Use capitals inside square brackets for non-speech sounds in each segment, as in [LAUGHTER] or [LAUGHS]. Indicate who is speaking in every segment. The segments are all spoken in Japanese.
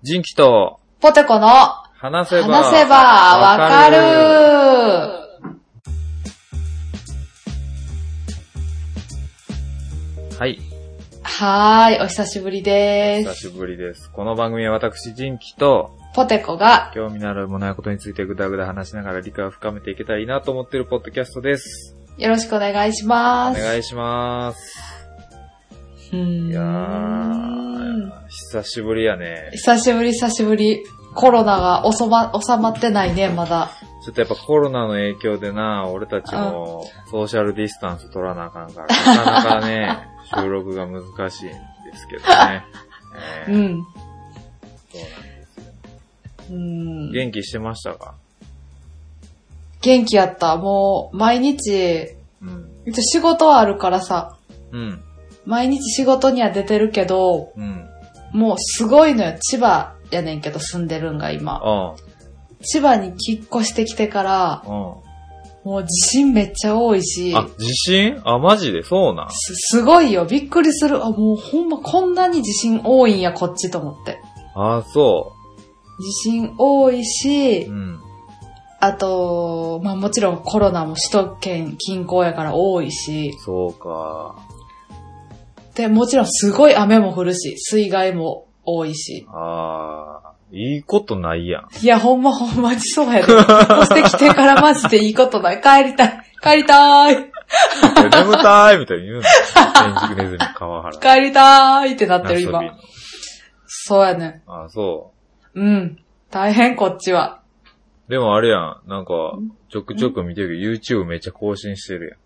Speaker 1: 人気と
Speaker 2: ポテコの話
Speaker 1: 話せ
Speaker 2: せば
Speaker 1: ば
Speaker 2: わかる
Speaker 1: はい。
Speaker 2: はーい、お久しぶりで
Speaker 1: 久し
Speaker 2: す。
Speaker 1: ぶりです。この番組は私、人気と、
Speaker 2: ポテコが、
Speaker 1: 興味のあるものやことについてぐだぐだ話しながら理解を深めていけたらいいなと思ってるポッドキャストです。
Speaker 2: よろしくお願いし
Speaker 1: お
Speaker 2: ます。
Speaker 1: 願いします。
Speaker 2: うーん
Speaker 1: いやー、久しぶりやね。
Speaker 2: 久しぶり久しぶり。コロナが収ま、収まってないね、まだ。
Speaker 1: ちょっとやっぱコロナの影響でな、俺たちもソーシャルディスタンス取らなあかんから、なかなかね、
Speaker 2: [LAUGHS]
Speaker 1: 収録が難しいんですけどね。え
Speaker 2: う
Speaker 1: ー
Speaker 2: ん。
Speaker 1: そうなん
Speaker 2: うん
Speaker 1: 元気してましたか
Speaker 2: 元気やった。もう、毎日、
Speaker 1: うん。
Speaker 2: 一応仕事はあるからさ、
Speaker 1: うん。
Speaker 2: 毎日仕事には出てるけど、
Speaker 1: うん。
Speaker 2: もうすごいのよ。千葉やねんけど住んでるんが今。
Speaker 1: うん。
Speaker 2: 千葉に引っ越してきてから、
Speaker 1: う
Speaker 2: もう地震めっちゃ多いし
Speaker 1: ん。、あ、地震あ、マジでそうなん
Speaker 2: すすごいよ。びっくりする。あ、もうほんまこんなに地震多いんや、こっちと思って。
Speaker 1: あ、そ。
Speaker 2: 地震多いうし
Speaker 1: う、ん。
Speaker 2: あと、まあもちろんコロナも首都圏近郊やから多いし、
Speaker 1: そうか。
Speaker 2: で、もちろんすごい雨も降るし、水害も多いし。
Speaker 1: あー、いいことない
Speaker 2: [LAUGHS]
Speaker 1: やん。
Speaker 2: いや、ほんまほんまにそ
Speaker 1: [LAUGHS]
Speaker 2: うやで。引っ越してきてからマジでいいことない。帰りたい。帰りたい。
Speaker 1: 眠たいみたいに言う
Speaker 2: [LAUGHS]
Speaker 1: の。天竺ネズミ川原。
Speaker 2: 帰りたいってなってる
Speaker 1: 遊び
Speaker 2: 今
Speaker 1: の。
Speaker 2: そうやね。
Speaker 1: あ、そ
Speaker 2: うん。大変こっちは。
Speaker 1: う。でもあれやん。なんか、ちょくちょく見てるけど、YouTube めっちゃ更新してる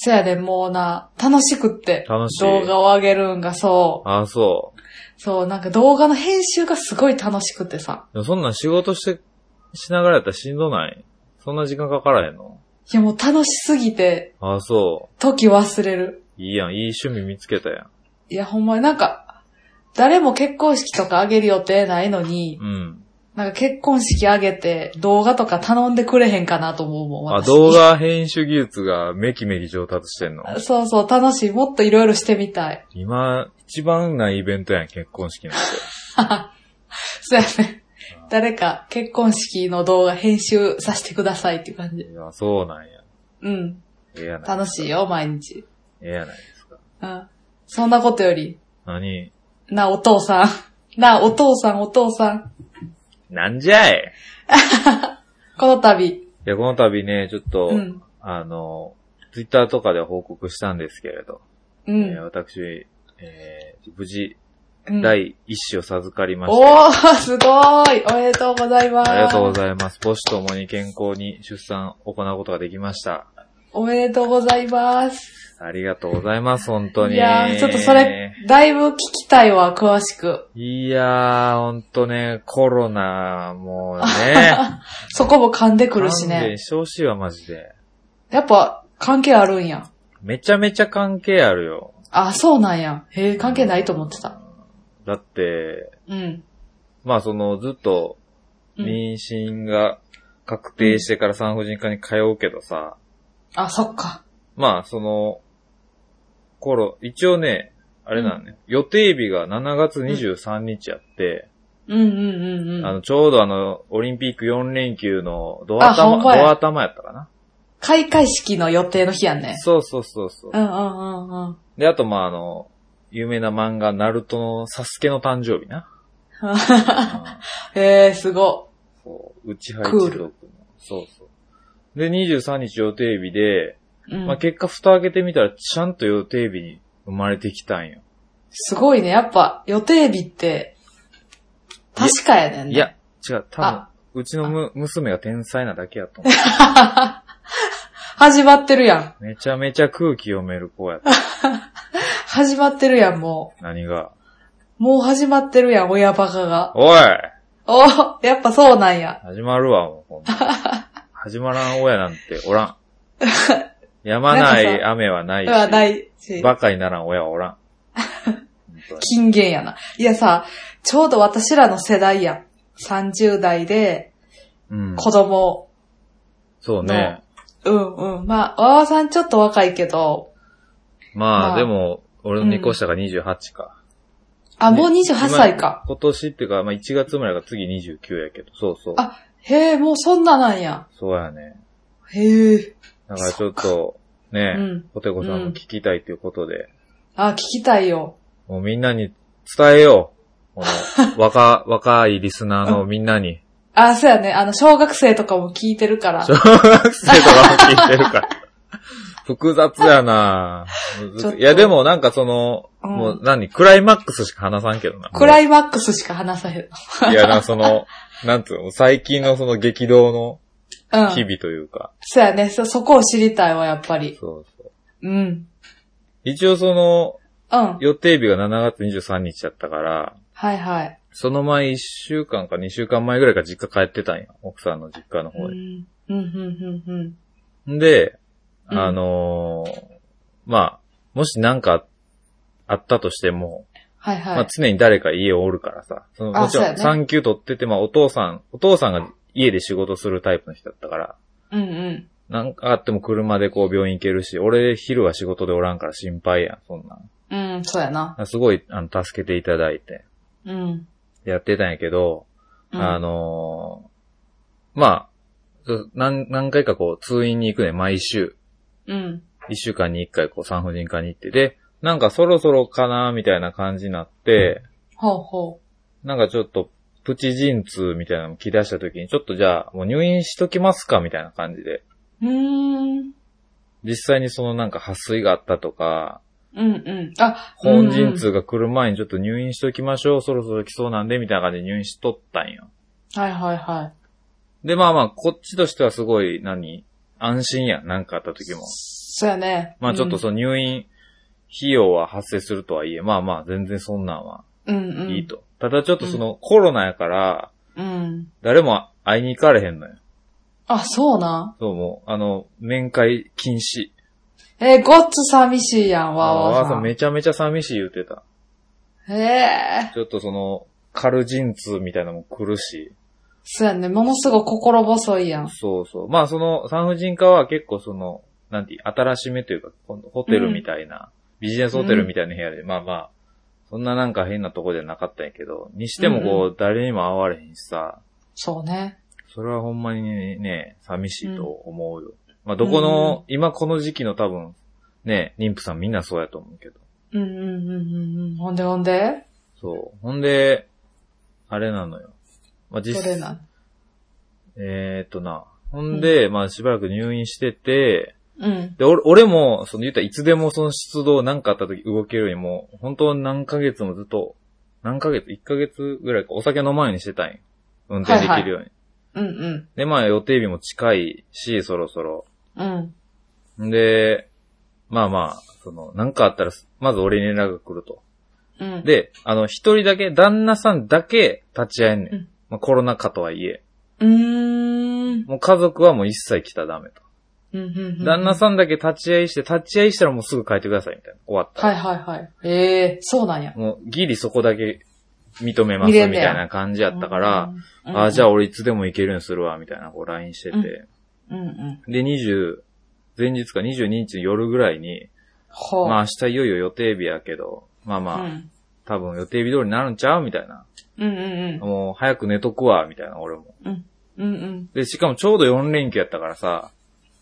Speaker 2: そやで、もうな、楽しくって。
Speaker 1: やん。楽しい。
Speaker 2: 動画を上げるんがそ。
Speaker 1: あ、そう
Speaker 2: そう、なんか動画の編集がすごい楽しくてさ。
Speaker 1: う。でもそんなん仕事して、しながらやったらしんどないそんな時間かからへんの
Speaker 2: いやもう楽しすぎて、
Speaker 1: あ、そ
Speaker 2: 時忘れる。
Speaker 1: う。いいやん。いい趣味見つけたやん。
Speaker 2: いやほんまになんか、誰も結婚式とかあげる予定ないのに、
Speaker 1: うん。
Speaker 2: なんか結婚式あげて動画とか頼んでくれへんかなと思うもん。
Speaker 1: あ、
Speaker 2: 私
Speaker 1: 動画編集技術がめきめき上達してんの
Speaker 2: そうそう、楽しい。もっといろいろしてみたい。 [LAUGHS]
Speaker 1: 今、一番ないイベントやん、結婚式なんて。
Speaker 2: そうやね。誰か結婚式の動画編集させてくださいっていう感じ。
Speaker 1: いや、そうなんや。
Speaker 2: うん。
Speaker 1: ええやない。
Speaker 2: 楽しいよ、毎日。
Speaker 1: ええやない。
Speaker 2: うん。そんなことより、
Speaker 1: 何
Speaker 2: なあ、お父さん。 [LAUGHS] なあ、お父さん、お父さん。
Speaker 1: なんじゃい
Speaker 2: この度。
Speaker 1: いや、この度ね、ちょっと、
Speaker 2: うん。
Speaker 1: あの、ツイッターとかで報告したんですけれど、え
Speaker 2: う
Speaker 1: ー
Speaker 2: ん。
Speaker 1: 私、えー無事、
Speaker 2: うん、
Speaker 1: 第一子を授かりまして、
Speaker 2: おー、すごいおめでとうございます。
Speaker 1: ありがとうご
Speaker 2: います。
Speaker 1: ざいます。母子ともに健康に出産を行うことができました。
Speaker 2: おめでとうございます。
Speaker 1: ありがとうございます、本当に。
Speaker 2: いやー、ちょっとそれ、だいぶ聞きたいわ、詳しく。
Speaker 1: いやー、ほんとね、コロナ、もう
Speaker 2: [LAUGHS]
Speaker 1: ね。
Speaker 2: そこも噛んでくる
Speaker 1: 勘
Speaker 2: しね
Speaker 1: 弁。してほしいわ、マジで。
Speaker 2: やっぱ、関係あるんや。
Speaker 1: めちゃめちゃ関係あるよ。
Speaker 2: あ、そうなんや。へえ、関係ないと思ってた。
Speaker 1: だって、
Speaker 2: うん。
Speaker 1: まあその、ずっと、
Speaker 2: うん、
Speaker 1: 妊娠が確定してから産婦人科に通うけどさ、
Speaker 2: あ、そっか。
Speaker 1: まあその、頃、一応ね、あれなんね、予定日が7月23日やって、
Speaker 2: うんうんうん
Speaker 1: あ
Speaker 2: うん。
Speaker 1: の、ちょうどあの、オリンピック4連休のドア
Speaker 2: あほ
Speaker 1: 頭、
Speaker 2: ん
Speaker 1: ド
Speaker 2: まや
Speaker 1: ア頭やったかな。
Speaker 2: 開会式の予定の日やんね。
Speaker 1: そうそうそうそう。
Speaker 2: うんうんうんうん。
Speaker 1: で、あと、まあ、あの、有名な漫画、ナルトのサスケの誕生日
Speaker 2: [LAUGHS]
Speaker 1: な。うん
Speaker 2: へえ、すご。
Speaker 1: そう、内葉一族の。そうそう。で、23日予定日で、
Speaker 2: うん
Speaker 1: まあ、結果、蓋開けてみたら、ちゃんと予定日に生まれてきたんよ。
Speaker 2: すごいね。やっぱ予定日って、確かやねんね。
Speaker 1: いや、、違う、多分
Speaker 2: あ、
Speaker 1: うちのむ娘が天才なだけやと思
Speaker 2: [LAUGHS] [LAUGHS] 始まってるや
Speaker 1: う。
Speaker 2: ん。
Speaker 1: めちゃめちゃ空気読める子
Speaker 2: [LAUGHS]
Speaker 1: やった。
Speaker 2: 始まってるやん、も
Speaker 1: 何が。
Speaker 2: う。もう始まってるやん、親バカが。
Speaker 1: おい
Speaker 2: おーやっぱそうなんや。
Speaker 1: 始まるわ、もうほん
Speaker 2: [LAUGHS]
Speaker 1: ま。始まらん親なんておらん。やまな
Speaker 2: なん
Speaker 1: い
Speaker 2: かさ
Speaker 1: 雨はないうし。
Speaker 2: わ、ないし。
Speaker 1: バカにならん親はおらん。本当に
Speaker 2: 金言やな。いやさ、ちょうど私らの世代やん。30代で、
Speaker 1: [LAUGHS] うん。
Speaker 2: 子供。
Speaker 1: そうね。
Speaker 2: うんうん。まあ、わわさんちょっと若いけど、
Speaker 1: ま
Speaker 2: ま
Speaker 1: あ、
Speaker 2: あ
Speaker 1: でも、俺の2個下が28か。
Speaker 2: あ、もう28歳か。
Speaker 1: 今年っていうか、まあ、1月生まれが次29やけど、そうそう。
Speaker 2: あへえ、もうそんななんや。
Speaker 1: そうやね。
Speaker 2: へえ。
Speaker 1: だからちょっと、ね、
Speaker 2: うん。
Speaker 1: ポテコさんも聞きたいということで、
Speaker 2: あ、聞きたいよ。
Speaker 1: もうみんなに伝えよう。こ [LAUGHS] の、若、若いリスナーのみんなに。
Speaker 2: あ、そうやね。あの、小学生とかも聞いてるから
Speaker 1: 小。学生とかも聞いてる
Speaker 2: [LAUGHS]
Speaker 1: から。複雑やな
Speaker 2: ちょっと
Speaker 1: いやでもなんかその、
Speaker 2: うん
Speaker 1: もう何、クライマックスしか話さんけどな。
Speaker 2: クライマックスしか話さへん。うん。
Speaker 1: いやな、その、なんつうの、最近のその激動の日々というか。
Speaker 2: そうやね。そ、そこを知りたいわ、やっぱり。
Speaker 1: そうそう。
Speaker 2: うん。
Speaker 1: 一応その、
Speaker 2: うん。
Speaker 1: 予定日が7月23日だったから、
Speaker 2: はいはい。
Speaker 1: その前1週間か2週間前ぐらいから実家帰ってたんや。奥さんの実家の
Speaker 2: うん。う
Speaker 1: 方に。
Speaker 2: ん、うん、うん、うん。
Speaker 1: ん、で、
Speaker 2: うん
Speaker 1: あのーまあ、もしなんかあったとしても、
Speaker 2: はいはい。
Speaker 1: まあ常に誰か家をおるからさ、その
Speaker 2: あ
Speaker 1: もちろ
Speaker 2: そうや
Speaker 1: ん
Speaker 2: ね
Speaker 1: 産休取ってて、まあお父さん、お父さんが家で仕事するタイプの人だったから、
Speaker 2: うんうん。
Speaker 1: なんかあっても車でこう病院行けるし、俺昼は仕事でおらんから心配やん、そんなん。
Speaker 2: うん、そうやな。
Speaker 1: すごい、あの、助けていただいて、
Speaker 2: うん。
Speaker 1: やってたんやけど、
Speaker 2: うん
Speaker 1: あ、のーまあ、そう何、何回かこう通院に行くね、毎週。
Speaker 2: うん。
Speaker 1: 一週間に一回こう産婦人科に行って、で、なんかそろそろかな、みたいな感じになって、
Speaker 2: ほうほ
Speaker 1: なんかちょっと、プチ陣痛みたいなのを切り出した時に、ちょっとじゃあ、もう入院しときますかみたいな感じで。
Speaker 2: う。うーん。
Speaker 1: 実際にそのなんか破水があったとか、
Speaker 2: うんうん。あ、
Speaker 1: 本陣痛が来る前にちょっと入院しときましょう、そろそろ来そうなんで、みたいな感じで入院しとったんよ。
Speaker 2: はいはいは
Speaker 1: で、まあまあ、こっちとしてはすごい、何安心やん、なんかあった時も
Speaker 2: い。。そうやね。
Speaker 1: まあちょっとその入院費用は発生するとはいえ、まあまあ、全然そんなんは
Speaker 2: うん、うんうん。
Speaker 1: いい。と。ただちょっとそのコロナやから、
Speaker 2: うん。
Speaker 1: 誰も会いに行かれへんのよ。
Speaker 2: あ、そうな。
Speaker 1: そうもう、あの、面会禁止。
Speaker 2: えーごっつ寂しいやん、わーわ
Speaker 1: あ
Speaker 2: ー
Speaker 1: ー
Speaker 2: さ
Speaker 1: さん
Speaker 2: ん。
Speaker 1: めちゃめちゃ寂しい言ってた。
Speaker 2: ええ
Speaker 1: ちょっとその、カルジン痛みたいなのも来るし。
Speaker 2: そうやね。ものすごい心細いやん。
Speaker 1: そうそう。まあその、産婦人科は結構その、なんていう、新しめというか、このホテルみたいな、ビジネスホテルみたいな部屋で、まあまあ、そんななんか変なとこじゃなかったんやけど、にしてもこう、誰にも会われへんしさ、
Speaker 2: そうね。
Speaker 1: それはほんまにね、寂しいと思うよ。まあどこの、今この時期の多分、ね、妊婦さんみんなそうやと思うけど。
Speaker 2: うんうんうんうんうん。ほんでほんで
Speaker 1: そう。ほんで、あれなのよ。まあ、実
Speaker 2: それな。
Speaker 1: えーっとな。ほんで、まあ、しばらく入院してて、
Speaker 2: うん。
Speaker 1: で、俺俺も、その言ったらいつでもその出動なんかあった時動けるようにもう、本当何ヶ月もずっと、何ヶ月 ?1 ヶ月ぐらいかお酒飲まんようにしてたんよ。運転できるように。
Speaker 2: うんうん。
Speaker 1: で、まあ予定日も近いし、そろそろ。
Speaker 2: うん。
Speaker 1: んで、まあまあ、その、なんかあったら、まず俺に連絡が来ると。
Speaker 2: うん。、
Speaker 1: で、あの、一人だけ、旦那さんだけ立ち会えんねん。
Speaker 2: うん
Speaker 1: まあ、コロナ禍とはいえ。
Speaker 2: うーん。
Speaker 1: もう家族はもう一切来たらダメと。
Speaker 2: うんうんうんうん
Speaker 1: 旦那さんだけ立ち会いして、立ち会いしたらもうすぐ帰ってくださいみたいな。終わった。
Speaker 2: はいはいはい。ええそうなんや。
Speaker 1: もうギリそこだけ認めますみ
Speaker 2: 見れ
Speaker 1: た
Speaker 2: んね
Speaker 1: い
Speaker 2: や
Speaker 1: な感じやったから、
Speaker 2: うん、
Speaker 1: ああ、じゃ
Speaker 2: あ。
Speaker 1: あ俺いつでも行けるようにするわ、みたいな、こう LINE してて。
Speaker 2: うんうん。
Speaker 1: で、20、前日か22日の夜ぐらいに、
Speaker 2: ほう。
Speaker 1: まあ明日いよいよ予定日やけど、まあまあ、
Speaker 2: うん。
Speaker 1: 多分予定日通りになるんちゃうみたいな。
Speaker 2: うんうん
Speaker 1: もう早く寝とくわ、みたいな、俺も。
Speaker 2: うん。うんうん。
Speaker 1: で、しかもちょうど4連休やったからさ、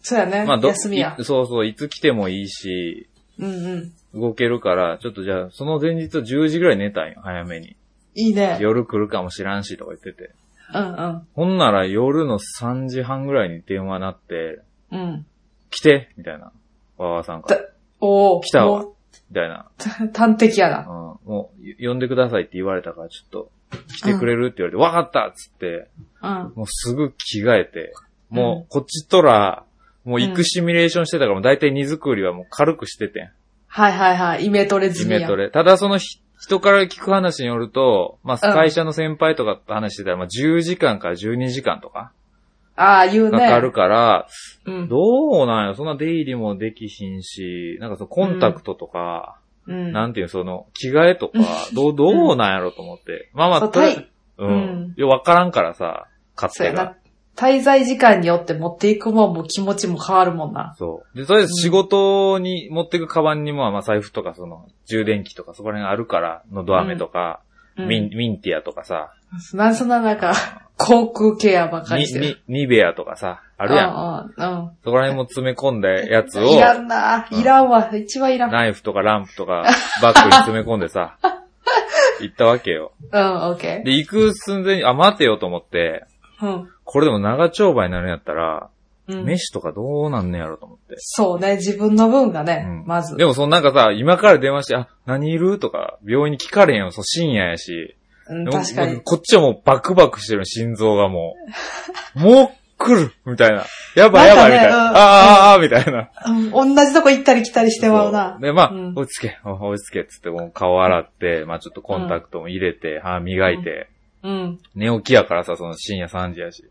Speaker 2: そうやね。
Speaker 1: まあど、
Speaker 2: 休みや
Speaker 1: い。そうそう、いつ来てもいいし、
Speaker 2: うんうん。
Speaker 1: 動けるから、ちょっとじゃあ、その前日は10時ぐらい寝たんよ、早めに。
Speaker 2: いいね。
Speaker 1: 夜来るかもしらんしとか言ってて。
Speaker 2: うんうん。
Speaker 1: ほんなら夜の3時半ぐらいに電話なって、
Speaker 2: うん。
Speaker 1: 来てみたいな。わわさんか
Speaker 2: だ
Speaker 1: ら。
Speaker 2: おお。
Speaker 1: 来たわ
Speaker 2: も
Speaker 1: みたいな。
Speaker 2: う。端的や
Speaker 1: うん
Speaker 2: な。。
Speaker 1: もう、呼んでくださいって言われたから、ちょっと、来てくれるって言われて、わかったっつって、
Speaker 2: うん。
Speaker 1: もうすぐ着替えて、
Speaker 2: うん
Speaker 1: もう、こっちとら、もう行くシミュレーションしてたから、もう大体荷造りはもう軽くしててん。
Speaker 2: はいはいはい。イメトレ
Speaker 1: イ
Speaker 2: 済みや。
Speaker 1: メトレ。ただそのひ人から聞く話によると、まあ、会社の先輩とかと話してたら、まあ、10時間から12時間とか
Speaker 2: ああ、言う
Speaker 1: か
Speaker 2: ね。
Speaker 1: かるから、
Speaker 2: うん。
Speaker 1: どうなんや、そんな出入りもできひんし、なんかそのコンタクトとか、
Speaker 2: うん。
Speaker 1: なんていうのその、着替えとか、どう、どうなんやろと思って。まあま
Speaker 2: そ
Speaker 1: あ、
Speaker 2: う
Speaker 1: とりあえず
Speaker 2: 対
Speaker 1: う
Speaker 2: う
Speaker 1: ん。
Speaker 2: ん
Speaker 1: よ、わからんからさ、勝
Speaker 2: そう
Speaker 1: 手
Speaker 2: や
Speaker 1: が
Speaker 2: な。。滞在時間によって持っていくもんも気持ちも変わるもんな。
Speaker 1: そう。で、とりあえず仕事に持ってくカバンにも、まあ財布とかその充電器とかそこら辺あるから、のど飴とか、
Speaker 2: うん
Speaker 1: ミン、ミンティアとかさ、
Speaker 2: なんそんななんか、 [LAUGHS] 航空ケアばかり
Speaker 1: ニ
Speaker 2: してる。
Speaker 1: ニニベアとかさ、あるやん。
Speaker 2: ん。うん。
Speaker 1: そこら辺も詰め込んだ
Speaker 2: [LAUGHS]
Speaker 1: やつ
Speaker 2: い
Speaker 1: を、
Speaker 2: らんな。いらんわ。一番いらん。うん、
Speaker 1: ナイフとかランプとかバッグに詰め込んで
Speaker 2: [LAUGHS]
Speaker 1: さ、行ったわけよ。
Speaker 2: オッケ
Speaker 1: で、行く寸前に、あ、待てよと思って、
Speaker 2: ー。うん
Speaker 1: これでも長丁場になるんやったら、
Speaker 2: うん。
Speaker 1: 飯とかどうなんねやろと思って。
Speaker 2: そうね。自分の分がね、
Speaker 1: うん
Speaker 2: まず。
Speaker 1: でもそのなんかさ、今から電話して、あ、何いるとか、病院に聞かれへんよ、そう深夜やし。
Speaker 2: うん、
Speaker 1: でも
Speaker 2: 確かに
Speaker 1: もう。こっちはもうバクバクしてる、心臓がも
Speaker 2: [LAUGHS]
Speaker 1: う。もう来るみたいな。やばいやばい、み
Speaker 2: な
Speaker 1: たいな。
Speaker 2: んかねうん
Speaker 1: ああああ、みたいな。
Speaker 2: うん同じとこ行ったり来たりしてまう
Speaker 1: そ
Speaker 2: な
Speaker 1: う。で、まあ、
Speaker 2: うん
Speaker 1: 追いつけ、 [LAUGHS] 追いつけ、つって、もう顔洗って、まあちょっとコンタクトも入れて、歯磨いて、
Speaker 2: うん。
Speaker 1: 寝起きやからさ、その深夜3時やし。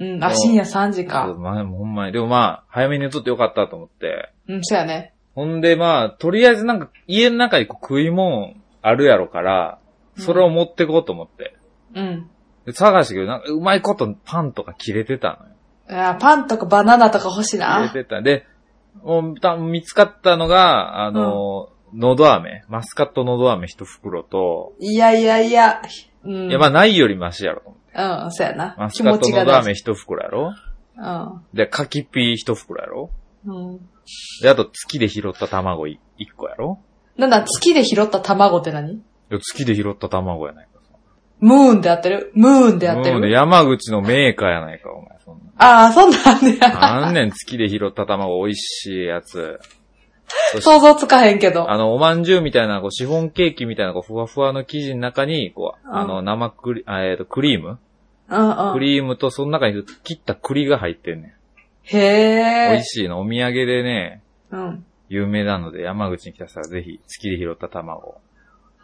Speaker 2: うん。あ、深夜3
Speaker 1: そ
Speaker 2: 時
Speaker 1: う
Speaker 2: か。
Speaker 1: まあ、ほんまに。でもまあ、早めに寝とってよかったと思って。
Speaker 2: うん、そうやね。
Speaker 1: ほんでまあ、とりあえずなんか、家の中にこう食い物あるやろから、それを持ってこうと思って。
Speaker 2: うん。
Speaker 1: で探したけど、なんか、うまいことパンとか切れてたのよ。
Speaker 2: あパンとかバナナとか欲しいな
Speaker 1: 切。れてた。で、もう多分見つかったのが、あの、のど飴。マスカットのど飴一袋と、
Speaker 2: いやいやいや。うん。
Speaker 1: いや、まあ、ないよりマシやろと思って。
Speaker 2: うん、そうやな
Speaker 1: マ。
Speaker 2: 気
Speaker 1: スカ
Speaker 2: 持
Speaker 1: ット
Speaker 2: ち
Speaker 1: の
Speaker 2: が
Speaker 1: ど
Speaker 2: 大事
Speaker 1: 飴一袋やろ
Speaker 2: うん。
Speaker 1: で、柿ピー一袋やろ
Speaker 2: うん。
Speaker 1: で、あと月で拾った卵い一個やろ
Speaker 2: なんだ、月で拾った卵って何
Speaker 1: いや月で拾った卵やないか。
Speaker 2: ムーンでやってるムーンでやって
Speaker 1: うん、
Speaker 2: る
Speaker 1: 山口のメーカーやないか、お前。そん
Speaker 2: ああ、そんなんで
Speaker 1: な。
Speaker 2: や。
Speaker 1: あんねん、月で拾った卵美味しいやつ。そして
Speaker 2: [LAUGHS] 想像つかへんけど。
Speaker 1: あの、おまんじゅうみたいな、こう、シフォンケーキみたいな、こう、ふわふわの生地の中に、こう、
Speaker 2: うん
Speaker 1: あの、生クリ、あえっ、と、クリーム
Speaker 2: うんう
Speaker 1: ク
Speaker 2: ん。
Speaker 1: リームと、その中に切った栗が入ってんね
Speaker 2: へ
Speaker 1: ん。美
Speaker 2: え
Speaker 1: 味。しいの。お土産でね、
Speaker 2: うん。
Speaker 1: 有名なので、山口に来た際はぜひ、月で拾った卵を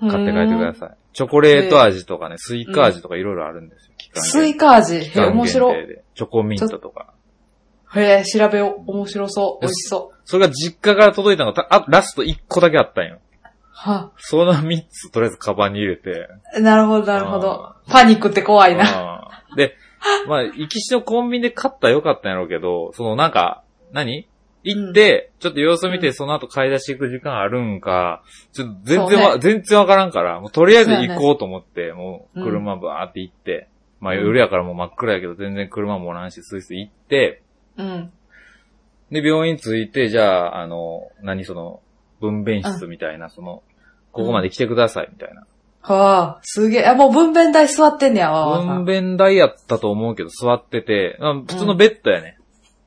Speaker 2: 買
Speaker 1: 買って帰ってください。チョコレート味とかね、スイカ味とかいろいろあるんですよ。期間
Speaker 2: スイ
Speaker 1: 限
Speaker 2: カ味。へ
Speaker 1: 期
Speaker 2: え、
Speaker 1: 間限
Speaker 2: 面白
Speaker 1: 定
Speaker 2: い。
Speaker 1: で。チョコミントとか。
Speaker 2: へえ、調べよう。面白そう。美味しそう。
Speaker 1: それが実家から届いたのが、たあ、ラスト1個だけあったんよ。
Speaker 2: は
Speaker 1: その3つ、とりあえずカバンに入れて。
Speaker 2: あなるほど、なるほど。パニックって怖いな。
Speaker 1: うんで、まあ、行きしのコンビニで買ったらよかったんやろうけど、そのなんか、何行って、ちょっと様子見
Speaker 2: う
Speaker 1: て、
Speaker 2: ん
Speaker 1: その後買い出し行く時間あるんか、ちょっと全
Speaker 2: そう
Speaker 1: 然
Speaker 2: ね
Speaker 1: わ、全然わからんから、もうとりあえず行こうと思って、もう車バーって行って、まあ
Speaker 2: うん
Speaker 1: 夜やからもう真っ暗やけど、全然車もおらんし、スイスイ行って、
Speaker 2: うん。
Speaker 1: で、病院着いて、じゃあ、あの、何その、分娩室みたいな、その、ここまで来てください、みたいな。
Speaker 2: はあ、すげえ。あ、もう分娩台座ってんねやわ。
Speaker 1: 分娩台やったと思うけど、座ってて、あ普通のベッドやね。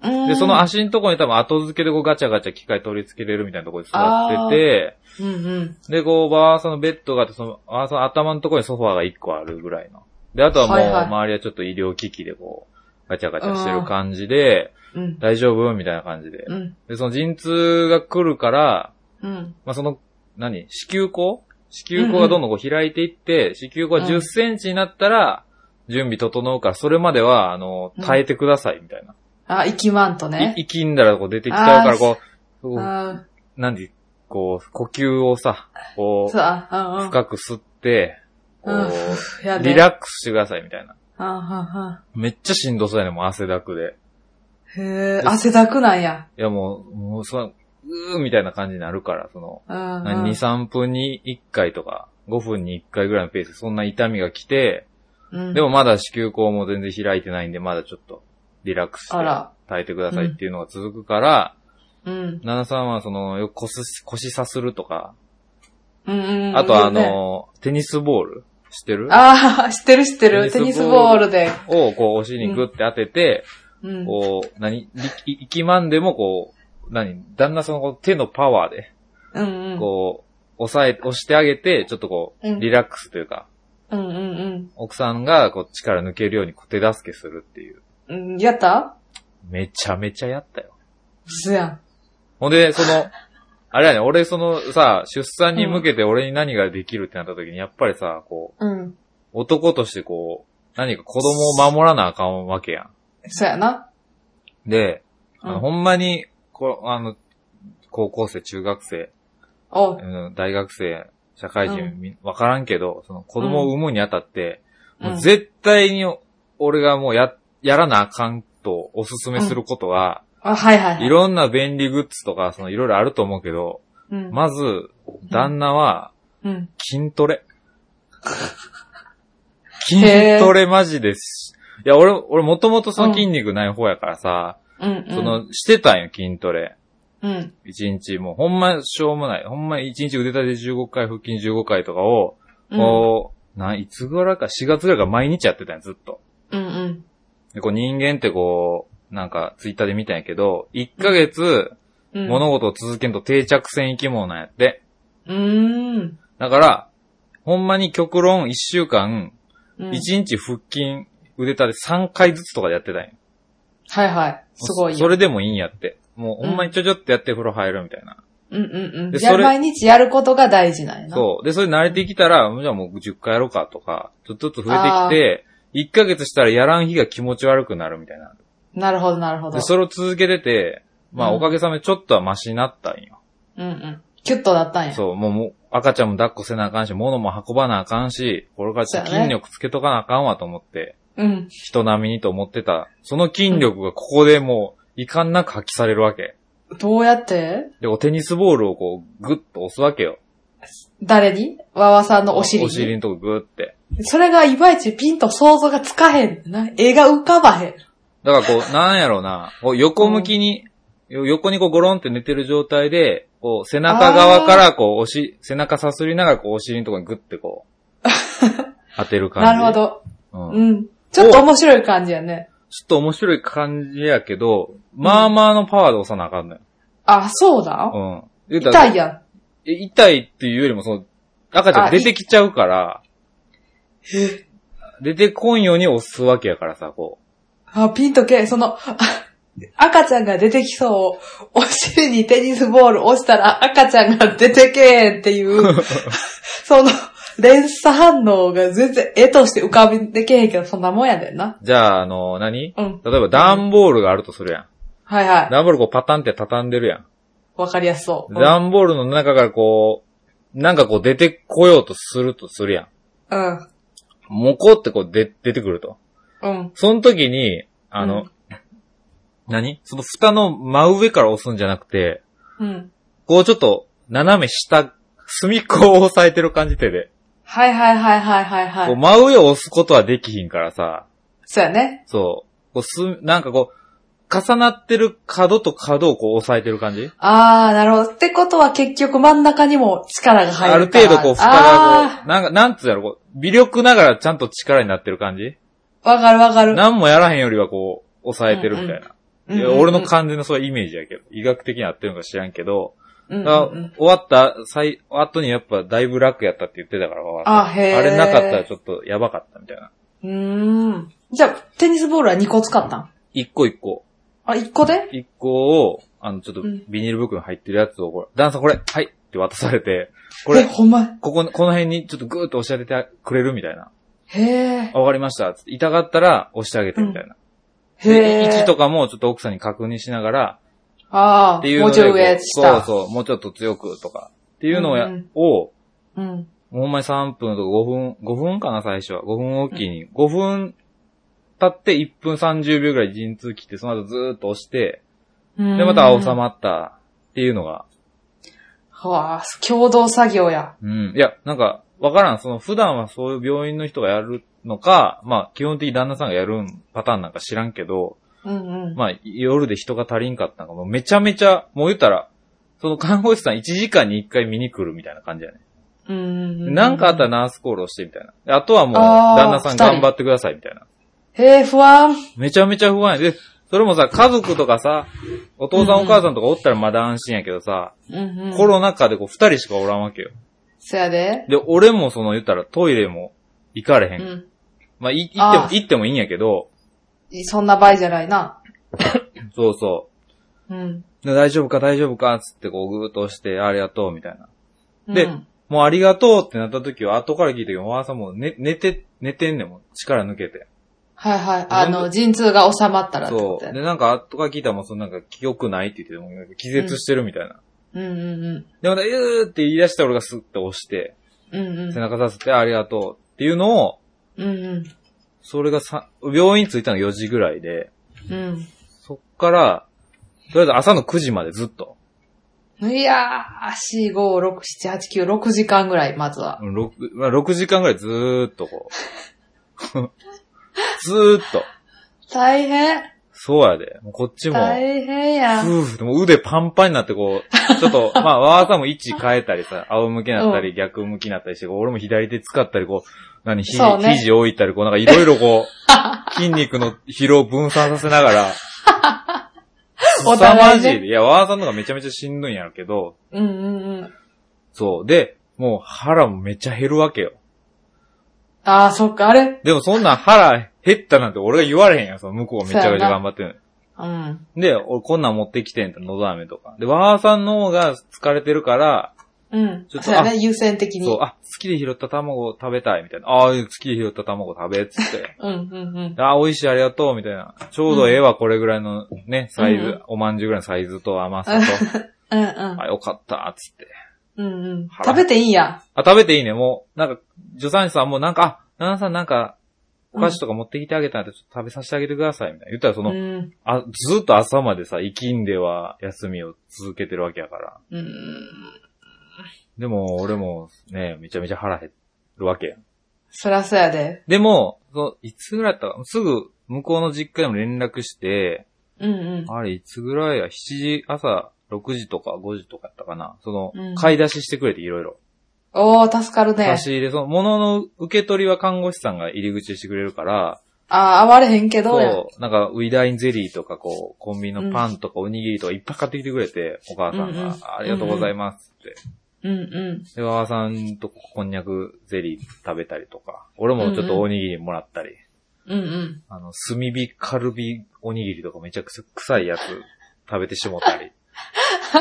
Speaker 2: 娩
Speaker 1: で、その、足のとこに多分後付けでこうガチャガチャ機械取り付けれるみたいなところに座って
Speaker 2: うんうん。
Speaker 1: て、で、こう、ばあさんのベッドがあって、その、ばあさんの頭のところにソファーが1個あるぐらいの。で、あとはもう、
Speaker 2: はいはい
Speaker 1: 周りはちょっと医療機器でこう、ガチャガチャしてる感じで、
Speaker 2: うん。
Speaker 1: 大丈夫みたいな感じで。
Speaker 2: うん。
Speaker 1: で、その陣痛が来るから、
Speaker 2: うん。
Speaker 1: まあ、その、何子宮口子宮口がどんどんこう開いていって、子宮口が10センチになったら、準備整うから、それまでは、あの、耐えてください、みたいな。
Speaker 2: あ、行きまんとね
Speaker 1: い。生きんだらこう出てきちゃうから、
Speaker 2: あー
Speaker 1: こう、こう
Speaker 2: あ
Speaker 1: なんで、こう、呼吸をさ、こ
Speaker 2: そう
Speaker 1: う、
Speaker 2: あ、うんうん。
Speaker 1: 深く吸って、こ
Speaker 2: うん
Speaker 1: う、
Speaker 2: やで
Speaker 1: リラックスしてください、みたいな。
Speaker 2: うんうんうん
Speaker 1: めっちゃしんどそうやね、もう汗だくで。
Speaker 2: へえ、汗だくなんや。
Speaker 1: いや、もう、もう、その、うーみたいな感じになるから、その、
Speaker 2: うん、うん。
Speaker 1: 2、3分に1回とか、5分に1回ぐらいのペースでそんな痛みが来て、
Speaker 2: うん
Speaker 1: でも、まだ子宮口も全然開いてないんで、まだちょっとリラックスして
Speaker 2: あら。
Speaker 1: 耐えてくださいっていうのが続くから、
Speaker 2: うん。
Speaker 1: ナナさんはその、よく腰、腰さするとか、
Speaker 2: うんうんうん。
Speaker 1: あとあ
Speaker 2: 言うね、
Speaker 1: の、テニスボール知ってる
Speaker 2: ああ、知ってる知ってる。
Speaker 1: テ
Speaker 2: テ
Speaker 1: ニ
Speaker 2: ニ
Speaker 1: ス
Speaker 2: ス
Speaker 1: ボ
Speaker 2: ボ
Speaker 1: ー
Speaker 2: ー
Speaker 1: ル
Speaker 2: ルで。
Speaker 1: をこう、お尻にグって当てて、
Speaker 2: うん。
Speaker 1: こう、何、力力まんでもこう、何、旦那さんのこう手のパワーで、
Speaker 2: うんうん。
Speaker 1: こう、押さえ、押してあげて、ちょっとこ
Speaker 2: う
Speaker 1: う、
Speaker 2: ん
Speaker 1: リラックスというか、
Speaker 2: うんうん
Speaker 1: 奥さんがこう、力抜けるようにこう手助けするっていう。
Speaker 2: うんうん。やった
Speaker 1: めちゃめちゃやったよ。
Speaker 2: すやん。
Speaker 1: ほんで、そ
Speaker 2: [LAUGHS]
Speaker 1: の、あれやね、俺そのさ、出産に向けて俺に何ができるってなった時に、やっぱりさ、こう、
Speaker 2: うん。
Speaker 1: 男としてこう、何か子供を守らなあかんわけやん。
Speaker 2: そうやな。
Speaker 1: で、
Speaker 2: う
Speaker 1: あの
Speaker 2: ん
Speaker 1: ほんまに、こあの、高校生、中学生、
Speaker 2: おう。
Speaker 1: うん大学生、社会人
Speaker 2: う、
Speaker 1: みわ、からんけど、その子供を産むにあたって、
Speaker 2: うん
Speaker 1: もう絶対に俺がもうや、やらなあかんとおすすめすることは、
Speaker 2: あ、はいはい、はい。
Speaker 1: いろんな便利グッズとか、そのいろいろあると思うけど、
Speaker 2: うん。
Speaker 1: まず、旦那は
Speaker 2: うん。
Speaker 1: 筋トレ。筋トレマジです。いや、俺、俺もともとその筋肉ない方やからさ、
Speaker 2: うん。うん
Speaker 1: そ、の、してたんよ、筋トレ。
Speaker 2: うん。
Speaker 1: 一日、もうほんましょうもない。ほんま一日腕立て15回、腹筋15回とかを、
Speaker 2: うん。
Speaker 1: こう、なん、いつぐらいか、4月ぐらいから毎日やってたんや、ずっと。
Speaker 2: うんうん。
Speaker 1: で、こう人間ってこう、なんか、ツイッターで見たんやけど、1ヶ月、
Speaker 2: うん。
Speaker 1: 物事を続けんと定着せん生き物なんやって。
Speaker 2: うーん。
Speaker 1: だから、ほんまに極論1週間、
Speaker 2: うん。
Speaker 1: 1日腹筋、腕立て3回ずつとかでやってたんや。
Speaker 2: はいはい。すごいよ。
Speaker 1: それでもいいんやって。もうほんまにちょちょってやって風呂入るみたいな。
Speaker 2: うんうんうん。
Speaker 1: で
Speaker 2: じゃあ
Speaker 1: それ
Speaker 2: 毎日やることが大事なんやな。
Speaker 1: そう。で、それ慣れてきたら、じゃあもう10回やろうかとか、ちょっとずつ増えてきて、1ヶ月したらやらん日が気持ち悪くなるみたいな。
Speaker 2: なるほどなるほど
Speaker 1: で、。それを続けてて、まあ、
Speaker 2: うん
Speaker 1: おかげさまでちょっとはマシになったんよ。
Speaker 2: うんうん。キュッとだったんや。
Speaker 1: そう、もうもう、赤ちゃんも抱っこせなあかんし、物も運ばなあかんし、これからちょっと
Speaker 2: そうやね
Speaker 1: 筋力つけとかなあかんわと思って、
Speaker 2: うん。
Speaker 1: 人並みにと思ってた。その筋力がここでもう、遺憾なく発揮されるわけ。
Speaker 2: どうやって
Speaker 1: で、こうテニスボールをこう、グッと押すわけよ。
Speaker 2: 誰にわわさんのお尻に。
Speaker 1: お尻のとこグッて。
Speaker 2: それがいまいちピンと想像がつかへんな。絵が浮かばへん。
Speaker 1: だからこう、なんやろうな、こう横向きに、よ横にこうゴロンって寝てる状態で、こう背中側からこう押し、背中さすりながらこうお尻のところにグッてこ
Speaker 2: [LAUGHS]
Speaker 1: う、当てる感じ。
Speaker 2: なるほど。
Speaker 1: ど、うん。ちょ
Speaker 2: うん。ちょっと面白い感じやね。
Speaker 1: っと面白い感じやけど、まあまあのパワーで押さなあかんのよ。
Speaker 2: あ、そうだ、
Speaker 1: うん。言うたら
Speaker 2: 痛いやん。
Speaker 1: え痛いっていうよりもその、赤ちゃん出てきちゃうから、出てこんように押すわけやからさ、こ
Speaker 2: あ、ピンとけ、その、 [LAUGHS] あ赤ちゃんが出てきそう。お尻にテニスボール落ちたら赤ちゃんが出てけえって
Speaker 1: [LAUGHS]
Speaker 2: いう、その、連鎖反応が全然絵として浮かんでけへんけど、そんなもんやでんな。
Speaker 1: う。じゃあ、あの、何
Speaker 2: うん。
Speaker 1: 例えば段ボールがあるとするやん。
Speaker 2: はいは
Speaker 1: 段ボールこうパタンって畳んでるやん。
Speaker 2: い。わかりやすそう。うん。
Speaker 1: 段ボールの中からこう、なんかこう出てこようとするとするやん。
Speaker 2: うん。
Speaker 1: もこってこう出、出てくると。
Speaker 2: うん。
Speaker 1: その時に、あの、
Speaker 2: うん
Speaker 1: 何その蓋の真上から押すんじゃなくて、
Speaker 2: うん。
Speaker 1: こうちょっと斜め下、隅っこを押さえてる感じ手で。
Speaker 2: はいはいはいはいはいは
Speaker 1: こう
Speaker 2: い。
Speaker 1: 真上を押すことはできひんからさ、
Speaker 2: そうやね。
Speaker 1: そう。こうす、なんかこう、重なってる角と角をこう押さえてる感じ
Speaker 2: あー、なるほど。ってことは結局真ん中にも力が
Speaker 1: あ
Speaker 2: 入
Speaker 1: る
Speaker 2: るから。
Speaker 1: 程度こう蓋がこう、なんか、なんつうやろ、こう、微力ながらちゃんと力になってる感じ
Speaker 2: あーわかるわかる。
Speaker 1: 何もやらへんよりはこう、抑えてるみたいな。
Speaker 2: うん
Speaker 1: い
Speaker 2: うん
Speaker 1: や
Speaker 2: うん
Speaker 1: 俺の完全なそういうイメージやけど、医学的に合ってるのか知らんけど、
Speaker 2: うんうん
Speaker 1: だ
Speaker 2: う
Speaker 1: から
Speaker 2: ん
Speaker 1: 終わった、最、後にやっぱだいぶ楽やったって言ってたから、わかっ
Speaker 2: あ、へ
Speaker 1: た
Speaker 2: ー
Speaker 1: あれなかったらちょっとやばかったみたいな。
Speaker 2: うーん。じゃあ、テニスボールは2個使ったん
Speaker 1: 一個一個。
Speaker 2: あ、1個で
Speaker 1: 一個を、あの、ちょっと
Speaker 2: うん
Speaker 1: ビニール袋に入ってるやつを、これ、ダンサーこれ、はいって渡されて、こ
Speaker 2: [LAUGHS]
Speaker 1: れ、
Speaker 2: え、ほんま。
Speaker 1: ここ、この辺にちょっとグーッと押し当ててくれるみたいな。
Speaker 2: へえ。
Speaker 1: あわかりました。つって痛かったら押してあげてみたいな。
Speaker 2: へえ。
Speaker 1: 位置とかもちょっと奥さんに確認しながら、
Speaker 2: あ
Speaker 1: っ
Speaker 2: あ
Speaker 1: ていう、
Speaker 2: も
Speaker 1: の
Speaker 2: う
Speaker 1: で
Speaker 2: ち
Speaker 1: こ
Speaker 2: ょいう上、下。
Speaker 1: そうそう、もうちょっと強くとか。っていうのをや、
Speaker 2: うんうん
Speaker 1: を、
Speaker 2: うん。
Speaker 1: ほんまに3分とか5分、5分かな最初は。5分おきに。5分経って1分30秒ぐらい陣痛切って、その後ずーっと押して、
Speaker 2: で
Speaker 1: で、また収まったっていうのが。
Speaker 2: わあ、共同作業や。
Speaker 1: うん。いや、なんか、わからん。その普段はそういう病院の人がやるのか、まあ、基本的に旦那さんがやるパターンなんか知らんけど、
Speaker 2: うんうん。
Speaker 1: まあ、夜で人が足りんかったのが、もうめちゃめちゃ、もう言ったら、その看護師さん1時間に1回見に来るみたいな感じやね。
Speaker 2: うんうんうん。
Speaker 1: なんかあったらナースコールをしてみたいな。であとはもう、
Speaker 2: あー
Speaker 1: 旦那さん頑張ってくださいみたいな。
Speaker 2: へえ、不安。
Speaker 1: めちゃめちゃ不安やで、それもさ、家族とかさ、お父さん
Speaker 2: う
Speaker 1: お
Speaker 2: ん
Speaker 1: 母さんとかおったらまだ安心やけどさ、
Speaker 2: うんうん。
Speaker 1: コロナ禍でこう二人しかおらんわけよ。
Speaker 2: そやで。
Speaker 1: で、俺もその言ったらトイレも行かれへ。
Speaker 2: うんん。
Speaker 1: まあ、い行っても
Speaker 2: あ、ー
Speaker 1: 行ってもいいんやけど、
Speaker 2: そんな場合じゃないな。
Speaker 1: そうそ
Speaker 2: うん。
Speaker 1: う。で大丈夫か大丈夫かつってこうぐーっと押して、ありがとうみたいな。で
Speaker 2: うん
Speaker 1: もうありがとうってなった時は、後から聞いたけど、おばあさんもう寝寝て、寝てんねんもん。力抜けて。
Speaker 2: はいはい。あの、陣痛が収まったらってこ
Speaker 1: そ
Speaker 2: と
Speaker 1: う。
Speaker 2: や
Speaker 1: で、
Speaker 2: ね。
Speaker 1: なんか後から聞いたらもうそのなんか記憶ないって言ってて、もうなんか気絶してるみたいな。
Speaker 2: うんうんうん。
Speaker 1: で、また、うーって言い出して俺がスッて押して、
Speaker 2: うんうん
Speaker 1: 背。中させてありがとうっていうのを、
Speaker 2: うんうん。
Speaker 1: それがさ、病院着いたの4時ぐらいで、
Speaker 2: うん。
Speaker 1: そっから、とりあえず朝の9時までずっと、
Speaker 2: いやー、4、5、6、7、8、9、6時間ぐらい、まずは。
Speaker 1: 6, まあ6時間ぐらいずーっとこ [LAUGHS] う。ずーっと。
Speaker 2: 大変
Speaker 1: そうやで。もうこっちも、
Speaker 2: 大変やん。
Speaker 1: 夫婦でもう腕パンパンになってこう、ちょっ
Speaker 2: [LAUGHS]
Speaker 1: と、まあ、わーさんも位置変えたりさ、仰向けになったり、逆向きになったりして、こう俺も左手使ったり、こう、何、ひ
Speaker 2: そうね
Speaker 1: 肘置いたり、こう、なんかいろいろこ
Speaker 2: [LAUGHS]
Speaker 1: う、筋肉の疲労を分散させながら、
Speaker 2: [LAUGHS]
Speaker 1: 凄
Speaker 2: お
Speaker 1: ま
Speaker 2: 互いね
Speaker 1: じいで。いや、わーさんの方がめちゃめちゃしんどいんやろうけど、
Speaker 2: うんうんうん。
Speaker 1: そう。で、もう腹もめっちゃ減るわけよ。
Speaker 2: ああ、そっか、あれ
Speaker 1: でもそんなん腹減ったなんて俺が言われへんやん、その向こうめちゃくちゃ頑張ってる。
Speaker 2: うん。
Speaker 1: で、俺こんなん持ってきてんって、のど飴とか。で、わーさんの方が疲れてるから、
Speaker 2: うん。
Speaker 1: ちょっと
Speaker 2: そうや
Speaker 1: あ
Speaker 2: ね、優先的に。
Speaker 1: そう、あ、好きで拾った卵を食べたい、みたいな。ああ、好きで拾った卵食べ、つって。 [LAUGHS]
Speaker 2: うんうんうん。
Speaker 1: ああ、美味しい、ありがとう、みたいな。ちょうどええわ、これぐらいのね、サイズ、
Speaker 2: うん
Speaker 1: おまんじゅうぐらいのサイズと甘さ
Speaker 2: [LAUGHS]
Speaker 1: と。
Speaker 2: うんうん。
Speaker 1: あ、よかった、つって。
Speaker 2: うんうん。
Speaker 1: 腹
Speaker 2: 食べていいんや。
Speaker 1: あ、食べていいね、もう、なんか、助産師さんもなんか、あ、旦那さんなんか、お菓子
Speaker 2: と
Speaker 1: とか持ってきてあげたんで、ちょっと食べさせてあげてください、みたいな。言ったらその、
Speaker 2: うん。
Speaker 1: あ、ずっと朝までさ、生きんでは休みを続けてるわけやから。
Speaker 2: うん。
Speaker 1: でも、俺もね、めちゃめちゃ腹減るわけやん。
Speaker 2: そらそうやで。
Speaker 1: でも、そのいつぐらいだったかすぐ、向こうの実家にも連絡して、
Speaker 2: うんうん。
Speaker 1: あれ、いつぐらいや、7時、朝6時とか5時とかやったかな。その、
Speaker 2: うん
Speaker 1: 買い出ししてくれて、いろいろ。
Speaker 2: おー、助かるね
Speaker 1: 差。し入れ、その、物の受け取りは看護師さんが入り口でしてくれるから、
Speaker 2: ああ、暴れへんけどや。
Speaker 1: そう、なんか、ウィダインゼリーとか、こう、コンビニのパンとかおにぎりとかいっぱい買ってきてくれて、お母さんが、
Speaker 2: うんうん
Speaker 1: ありがとうございますって。
Speaker 2: うんう
Speaker 1: で、和田さんとこんにゃくゼリー食べたりとか、俺もちょっとおにぎりもらったり、
Speaker 2: ん。うんうん。
Speaker 1: あの、炭火カルビおにぎりとかめちゃくちゃ臭いやつ食べてしもったり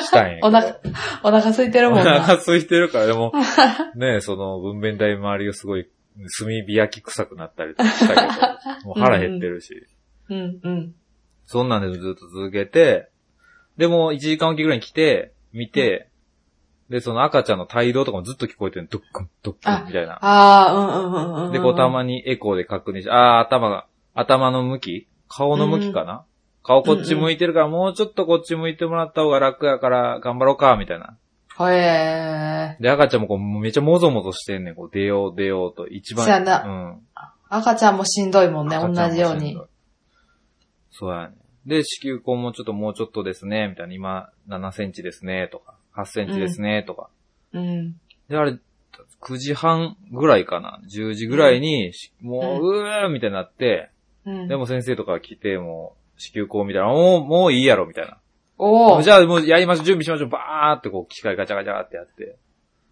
Speaker 1: したんやけど。
Speaker 2: [LAUGHS] お腹、お腹空いてるもん
Speaker 1: お腹
Speaker 2: な。
Speaker 1: 空いてるから、で
Speaker 2: [LAUGHS]
Speaker 1: も、ねその、分娩台周りがすごい炭火焼き臭くなったりとかしたけど、もう腹減ってるし。
Speaker 2: うんうん。
Speaker 1: そんなんでずっと続けて、でも1時間おきぐらいに来て、見て、で、その赤ちゃんの態動とかもずっと聞こえてるドックン、ドックンみたいな。
Speaker 2: ああ、うんうんうんうんうん。
Speaker 1: で、こうたまにエコーで確認し、あー、頭が、頭の向き顔の向きかな、顔こっち向いてるから、もうちょっとこっち向いてもらった方が楽やから、頑張ろうか、みたいな。
Speaker 2: ほえー。
Speaker 1: で、赤ちゃんもこう、めっちゃもぞもぞしてんねん、こう、出よう出ようと、一番。
Speaker 2: そうやな
Speaker 1: うん。
Speaker 2: 赤ちゃんもしんどいもんね、
Speaker 1: 赤
Speaker 2: 同
Speaker 1: ちゃんも
Speaker 2: じよう
Speaker 1: しん
Speaker 2: に
Speaker 1: どい。。そうやね。で、子宮口もちょっともうちょっとですね、みたいな。今、7センチですね、とか、8センチですね、とか。
Speaker 2: うん。
Speaker 1: で、あれ、9時半ぐらいかな。10時ぐらいに、しもう、うーみたいになって、
Speaker 2: うん。
Speaker 1: でも先生とか来て、もう、子宮口みたいな、もう、もういいやろ、みたいな。
Speaker 2: おー。
Speaker 1: じゃあもうやりましょう、準備しましょう、ばーってこう、機械ガチャガチャってやって。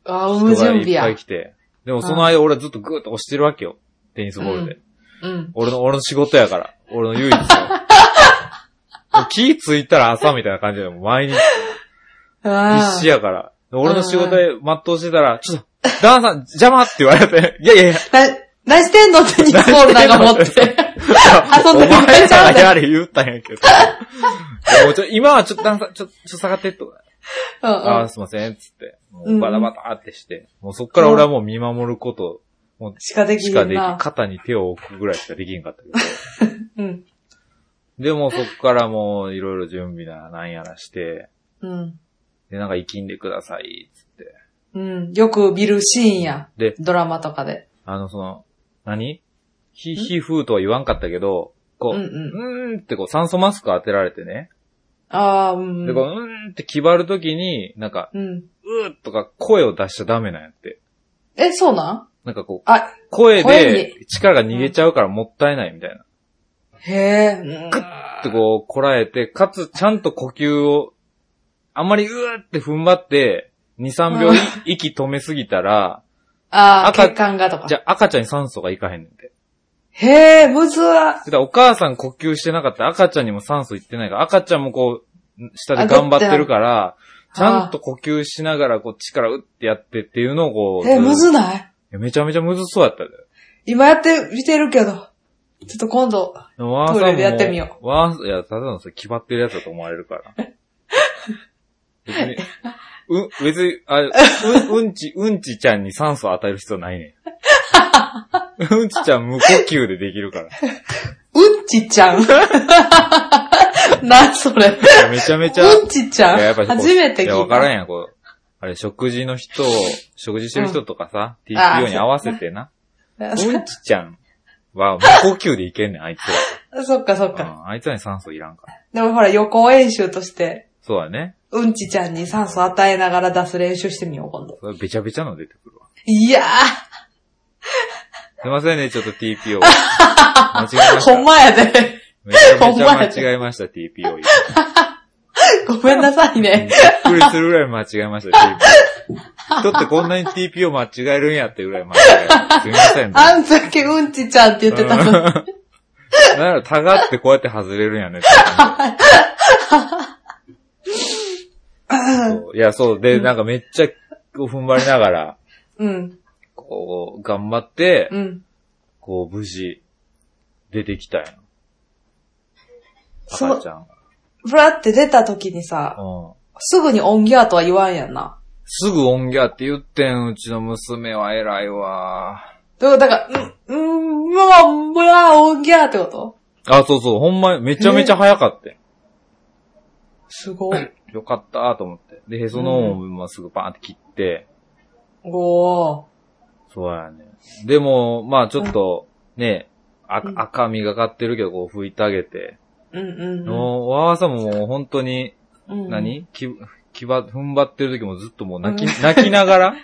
Speaker 2: ああ、産む準備
Speaker 1: 人がい
Speaker 2: や
Speaker 1: っぱい。来て。でもその間俺はずっとグーッと押してるわけよ。テニスボールで。
Speaker 2: うん。
Speaker 1: 俺の、俺の仕事やから。俺の唯一
Speaker 2: [LAUGHS]
Speaker 1: の。もう気ついたら朝みたいな感じで、もう毎日
Speaker 2: あ
Speaker 1: 必死やから。俺の仕事で全うしてたら、ちょっと、旦那さん邪魔って言われて、いやいやいや、
Speaker 2: な、何してんのテニスボールなんか持って。
Speaker 1: [LAUGHS]
Speaker 2: 遊んで
Speaker 1: お
Speaker 2: るだ
Speaker 1: 前
Speaker 2: けちゃ
Speaker 1: らが
Speaker 2: うね
Speaker 1: やれ言ったんやけど。いやもうちょ今はちょっと旦那さん、ちょっと、ちょっと下がってと。
Speaker 2: うんうん。
Speaker 1: ああ、すいません、つって。もうバタバタってして。もうそっから
Speaker 2: うん
Speaker 1: 俺はもう見守ること
Speaker 2: しかでき
Speaker 1: し
Speaker 2: ひ
Speaker 1: か
Speaker 2: ん
Speaker 1: でき、
Speaker 2: な。
Speaker 1: 肩に手を置くぐらいしかできんかったけど。
Speaker 2: うん。
Speaker 1: でもそっからもういろいろ準備な、なんやらして、
Speaker 2: うん。
Speaker 1: で、なんか生きんでください、つって。
Speaker 2: うん。よく見るシーンや。
Speaker 1: で
Speaker 2: ドラマとかで。
Speaker 1: あの、その、何ひ、ひ、ふーとは言わんかったけど、こ
Speaker 2: うん
Speaker 1: う、
Speaker 2: うん。
Speaker 1: うーんってこう酸素マスク当てられてね。
Speaker 2: ああ、うん。
Speaker 1: で、こう、うーんって決まるときに、なんか、
Speaker 2: うん。
Speaker 1: うーとか声を出しちゃダメなんやって。
Speaker 2: え、そうなん
Speaker 1: なんかこう、
Speaker 2: あ、
Speaker 1: 声
Speaker 2: 声
Speaker 1: で力が逃げちゃうからもったいないみたいな。
Speaker 2: へえ。うん
Speaker 1: ってこう、こらえて、かつちゃんと呼吸を、あんまりうーって踏ん張って、2、3秒
Speaker 2: うん
Speaker 1: 息止めすぎたら、
Speaker 2: ああ、
Speaker 1: 赤
Speaker 2: 血管がとか
Speaker 1: じ。ゃあ赤ちゃんに酸素がいかへんねんて。
Speaker 2: へえ、むずわ。
Speaker 1: だからお母さん呼吸してなかったら赤ちゃんにも酸素いってないから、赤ちゃんもこう、下で頑張ってるから、ちゃんと呼吸しながらこう力うってやってっていうのをこう、
Speaker 2: え、む
Speaker 1: い
Speaker 2: ずない
Speaker 1: やめちゃめちゃむずそうやったで。
Speaker 2: 今やってみてるけど。ちょっと今度。
Speaker 1: でもワーサ
Speaker 2: トイ
Speaker 1: ー
Speaker 2: レ
Speaker 1: も
Speaker 2: でやってみよ
Speaker 1: う。ワーサいや、ただのそれ決まってるやつだと思われるから。別に、う、別に、あ、う、うんち、うんちちゃんに酸素を与える必要ないねん。うんちちゃん無呼吸でできるから。
Speaker 2: うんちち
Speaker 1: [LAUGHS]
Speaker 2: ゃん。な、それ。
Speaker 1: めちゃめちゃ、
Speaker 2: うんちちゃん
Speaker 1: いややっぱりこう
Speaker 2: 初めて
Speaker 1: いや、
Speaker 2: 聞
Speaker 1: わ
Speaker 2: い
Speaker 1: からん
Speaker 2: た。
Speaker 1: やん、こう。あれ、食事の人を、食事してる人とかさ、
Speaker 2: ん
Speaker 1: TPO に合わせてな。
Speaker 2: あ
Speaker 1: うんちちゃんは、無呼吸でいけんねん、あいつ
Speaker 2: そっかそっ
Speaker 1: ら。う
Speaker 2: か。
Speaker 1: ん、あいつらに酸素いらんから。
Speaker 2: でもほら、予行演習として、
Speaker 1: そうだね。
Speaker 2: うんちちゃんに酸素与えながら出す練習してみよう、今度。
Speaker 1: それべちゃべちゃの出てくるわ。
Speaker 2: いや
Speaker 1: すいませんね、ちょっと
Speaker 2: [LAUGHS]
Speaker 1: TPO。間違え
Speaker 2: ー、
Speaker 1: まし
Speaker 2: ほん
Speaker 1: た。
Speaker 2: まやで。
Speaker 1: めちゃめ
Speaker 2: ほん
Speaker 1: ち
Speaker 2: まや
Speaker 1: ゃ
Speaker 2: で
Speaker 1: 間違えました、TPO。び
Speaker 2: [LAUGHS] ごめんなさいね。
Speaker 1: っくりするぐらい間違えました、TPO。人ってこんなに TPO 間違えるんやってぐらい間違えた。すみませんね。
Speaker 2: あんだけうんちちゃんって言ってたのに。
Speaker 1: うんなんやろ、たがってこうやって外れるんや
Speaker 2: [LAUGHS]
Speaker 1: ねって感じ。そういや、そう。で、なんかめっちゃこう踏ん張りながら、
Speaker 2: うん、
Speaker 1: こう、頑張って、
Speaker 2: うん。
Speaker 1: こう、無事、出てきたやん。
Speaker 2: そ
Speaker 1: 赤
Speaker 2: の
Speaker 1: ち、ゃんが。
Speaker 2: ふらって出た時にさ、
Speaker 1: うん。
Speaker 2: すぐにオンギャーとは言わんやんな。
Speaker 1: すぐオンギャって言ってん、うちの娘は偉いわ。
Speaker 2: どういうことだから、うん、うん、うわ、うわ、オンギャーってこと
Speaker 1: あ、そうそう、ほんま、めちゃめちゃ早かったよ。
Speaker 2: すごい。
Speaker 1: よかったーと思って。で、へその緒もまっすぐバーンって切って、
Speaker 2: おー。
Speaker 1: そうやね。でも、まあちょっと、ね、あ
Speaker 2: うん
Speaker 1: 赤みがかってるけど、こう拭いてあげて。
Speaker 2: うんうんうん。
Speaker 1: もう、わわさももう本当に、
Speaker 2: うん
Speaker 1: 何き、きば、踏ん張ってる時もずっともう泣き、泣きながら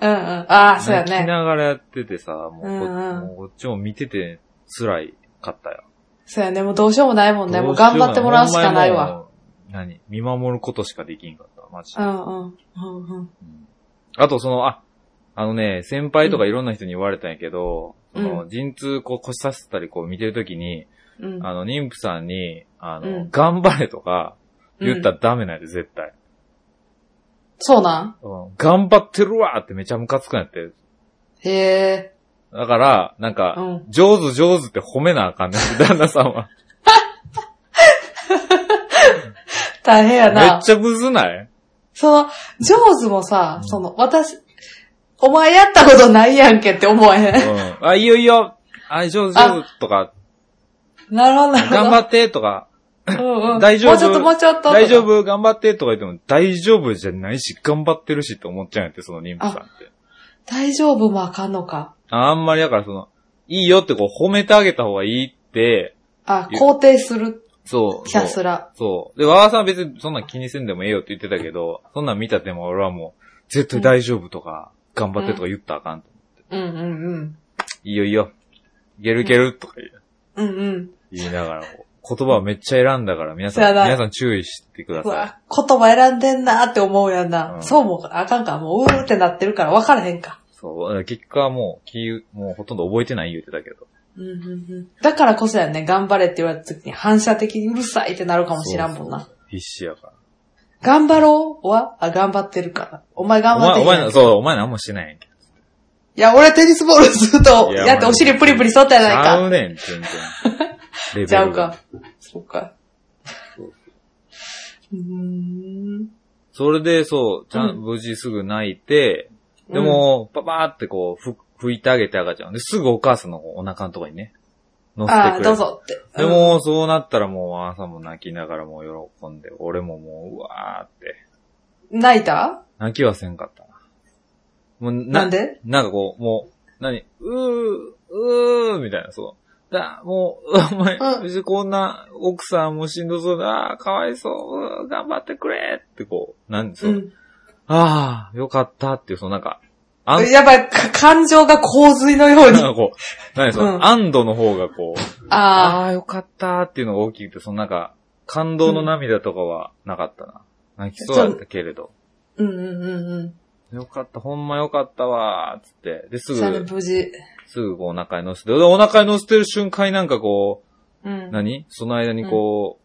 Speaker 2: うんうん。ああ、そうや
Speaker 1: 泣き
Speaker 2: ね。
Speaker 1: ながらやっててさ、もうこ
Speaker 2: うんうん
Speaker 1: もうこっちも見てて辛いかったよ。
Speaker 2: そうやね。もうどうしようもないもんね。も
Speaker 1: ど
Speaker 2: う
Speaker 1: しよ
Speaker 2: 頑張ってもらうしかないわ。。
Speaker 1: ほんまにもう何見守ることしかできんかった、マジ
Speaker 2: う
Speaker 1: で。
Speaker 2: んうん。うんうん。
Speaker 1: うんあと、その、あ、あのね、先輩とかいろんな人に言われたんやけど、
Speaker 2: うん
Speaker 1: その、陣痛こう腰させたりこう見てるときに、
Speaker 2: うん。
Speaker 1: あの、妊婦さんに、あの、
Speaker 2: うん
Speaker 1: 頑張れとか言ったらダメなんで、絶対、
Speaker 2: そうなん
Speaker 1: うん頑張ってるわってめちゃムカつくんやって。
Speaker 2: へえ。
Speaker 1: だから、なんか、
Speaker 2: うん
Speaker 1: 上手上手って褒めなあかんねんって、旦那さんは。
Speaker 2: 大変や
Speaker 1: め
Speaker 2: な
Speaker 1: っ。ちゃむずない
Speaker 2: その、ジョーズもさ、
Speaker 1: うん
Speaker 2: その、私、お前やったことないやんけって思わへん。
Speaker 1: うん。あ、いいよいいよあ、上手上手とか、
Speaker 2: なるほど、 [LAUGHS] なるほど。
Speaker 1: 頑張ってとか、
Speaker 2: うんうん。
Speaker 1: 大丈夫
Speaker 2: もうちょっと、もうちょっと。
Speaker 1: 大丈夫、頑張ってとか言っても、大丈夫じゃないし、頑張ってるしって思っちゃうんやって、その妊婦さんって。
Speaker 2: 大丈夫もあかんのか。
Speaker 1: ああんまりだからその、いいよってこう褒めてあげた方がいいって、
Speaker 2: あ、
Speaker 1: い
Speaker 2: 肯定する、
Speaker 1: そう。
Speaker 2: ひたす
Speaker 1: ら。
Speaker 2: ら。
Speaker 1: そう。で、和田さんは別にそんなん気にせんでもええよって言ってたけど、そんなん見たっても俺はもう、絶対大丈夫とか、頑張ってとか言ったらあかんと。
Speaker 2: うんうんうん。
Speaker 1: いいよいいよ。いけるいけるとか言う
Speaker 2: うんうん。
Speaker 1: 言いながら、言葉をめっちゃ選んだから、皆さ
Speaker 2: そ
Speaker 1: ん、
Speaker 2: うやな
Speaker 1: 皆さん注意してくだ
Speaker 2: う
Speaker 1: さ
Speaker 2: わ、言葉選んでんなーって思うやんな。
Speaker 1: うん
Speaker 2: そうもあかんか。もう、うーってなってるから分からへんか。
Speaker 1: い。そう。結果はもう、気、もうほとんど覚えてない言ってたけど。
Speaker 2: うんうんうん。だからこそやね、頑張れって言われた時に反射的にうるさいってなるかもしらんもんな。
Speaker 1: そうそう。必死やから。
Speaker 2: 頑張ろうは、あ、頑張ってるから。お前頑
Speaker 1: お
Speaker 2: 張っ
Speaker 1: 前、
Speaker 2: て
Speaker 1: お
Speaker 2: るやん
Speaker 1: 前、そう、お前何もしてないやんけ。
Speaker 2: いや、俺テニスボールずっと
Speaker 1: いや
Speaker 2: やってお尻プリプリしとったやない
Speaker 1: ちゃ
Speaker 2: か。
Speaker 1: うねん、全然。レベルが
Speaker 2: ちゃうか。。そうか。 [LAUGHS]
Speaker 1: そう
Speaker 2: うーん。
Speaker 1: それで、そう、ちゃ
Speaker 2: うん
Speaker 1: ん、無事すぐ泣いて、でも、パパーってこう、ふ、拭いてあげて赤ちゃん。で、すぐお母さんのお腹のとこにね、乗せてくれ
Speaker 2: あ
Speaker 1: る。
Speaker 2: あ、どうぞって。
Speaker 1: でも、そうなったらもう、朝も泣きながらもう喜んで、俺ももう、うわーって。
Speaker 2: うん、泣いた
Speaker 1: 泣きはせんかったな。もう、な
Speaker 2: なんで
Speaker 1: なんかこう、もう、何うー、うー、みたいな、そう。だ、もう、 [LAUGHS] お前、
Speaker 2: うん
Speaker 1: うちこんな奥さんもしんどそうだ、あーかわいそう、うー頑張ってくれってこう、なんでそうう、
Speaker 2: ん。
Speaker 1: ああ、よかったっていう、そのなんか、安
Speaker 2: やっぱりか感情が洪水のよ
Speaker 1: な
Speaker 2: う
Speaker 1: ん
Speaker 2: に。
Speaker 1: かこう、何その、
Speaker 2: うん
Speaker 1: 安堵の方がこう、
Speaker 2: ああ。
Speaker 1: ああー、よかったっていうのが大きくて、そのなんか、感動の涙とかはなかったな。泣きそうだったけれど。
Speaker 2: うんうんうんうん。
Speaker 1: よかった、ほんまよかったわー、つって。で、す
Speaker 2: それ
Speaker 1: ぐ、
Speaker 2: 無事。
Speaker 1: すぐこうお腹に乗せて。で、お腹に乗せてる瞬間になんかこ
Speaker 2: う
Speaker 1: う、
Speaker 2: ん。
Speaker 1: 何その間にこ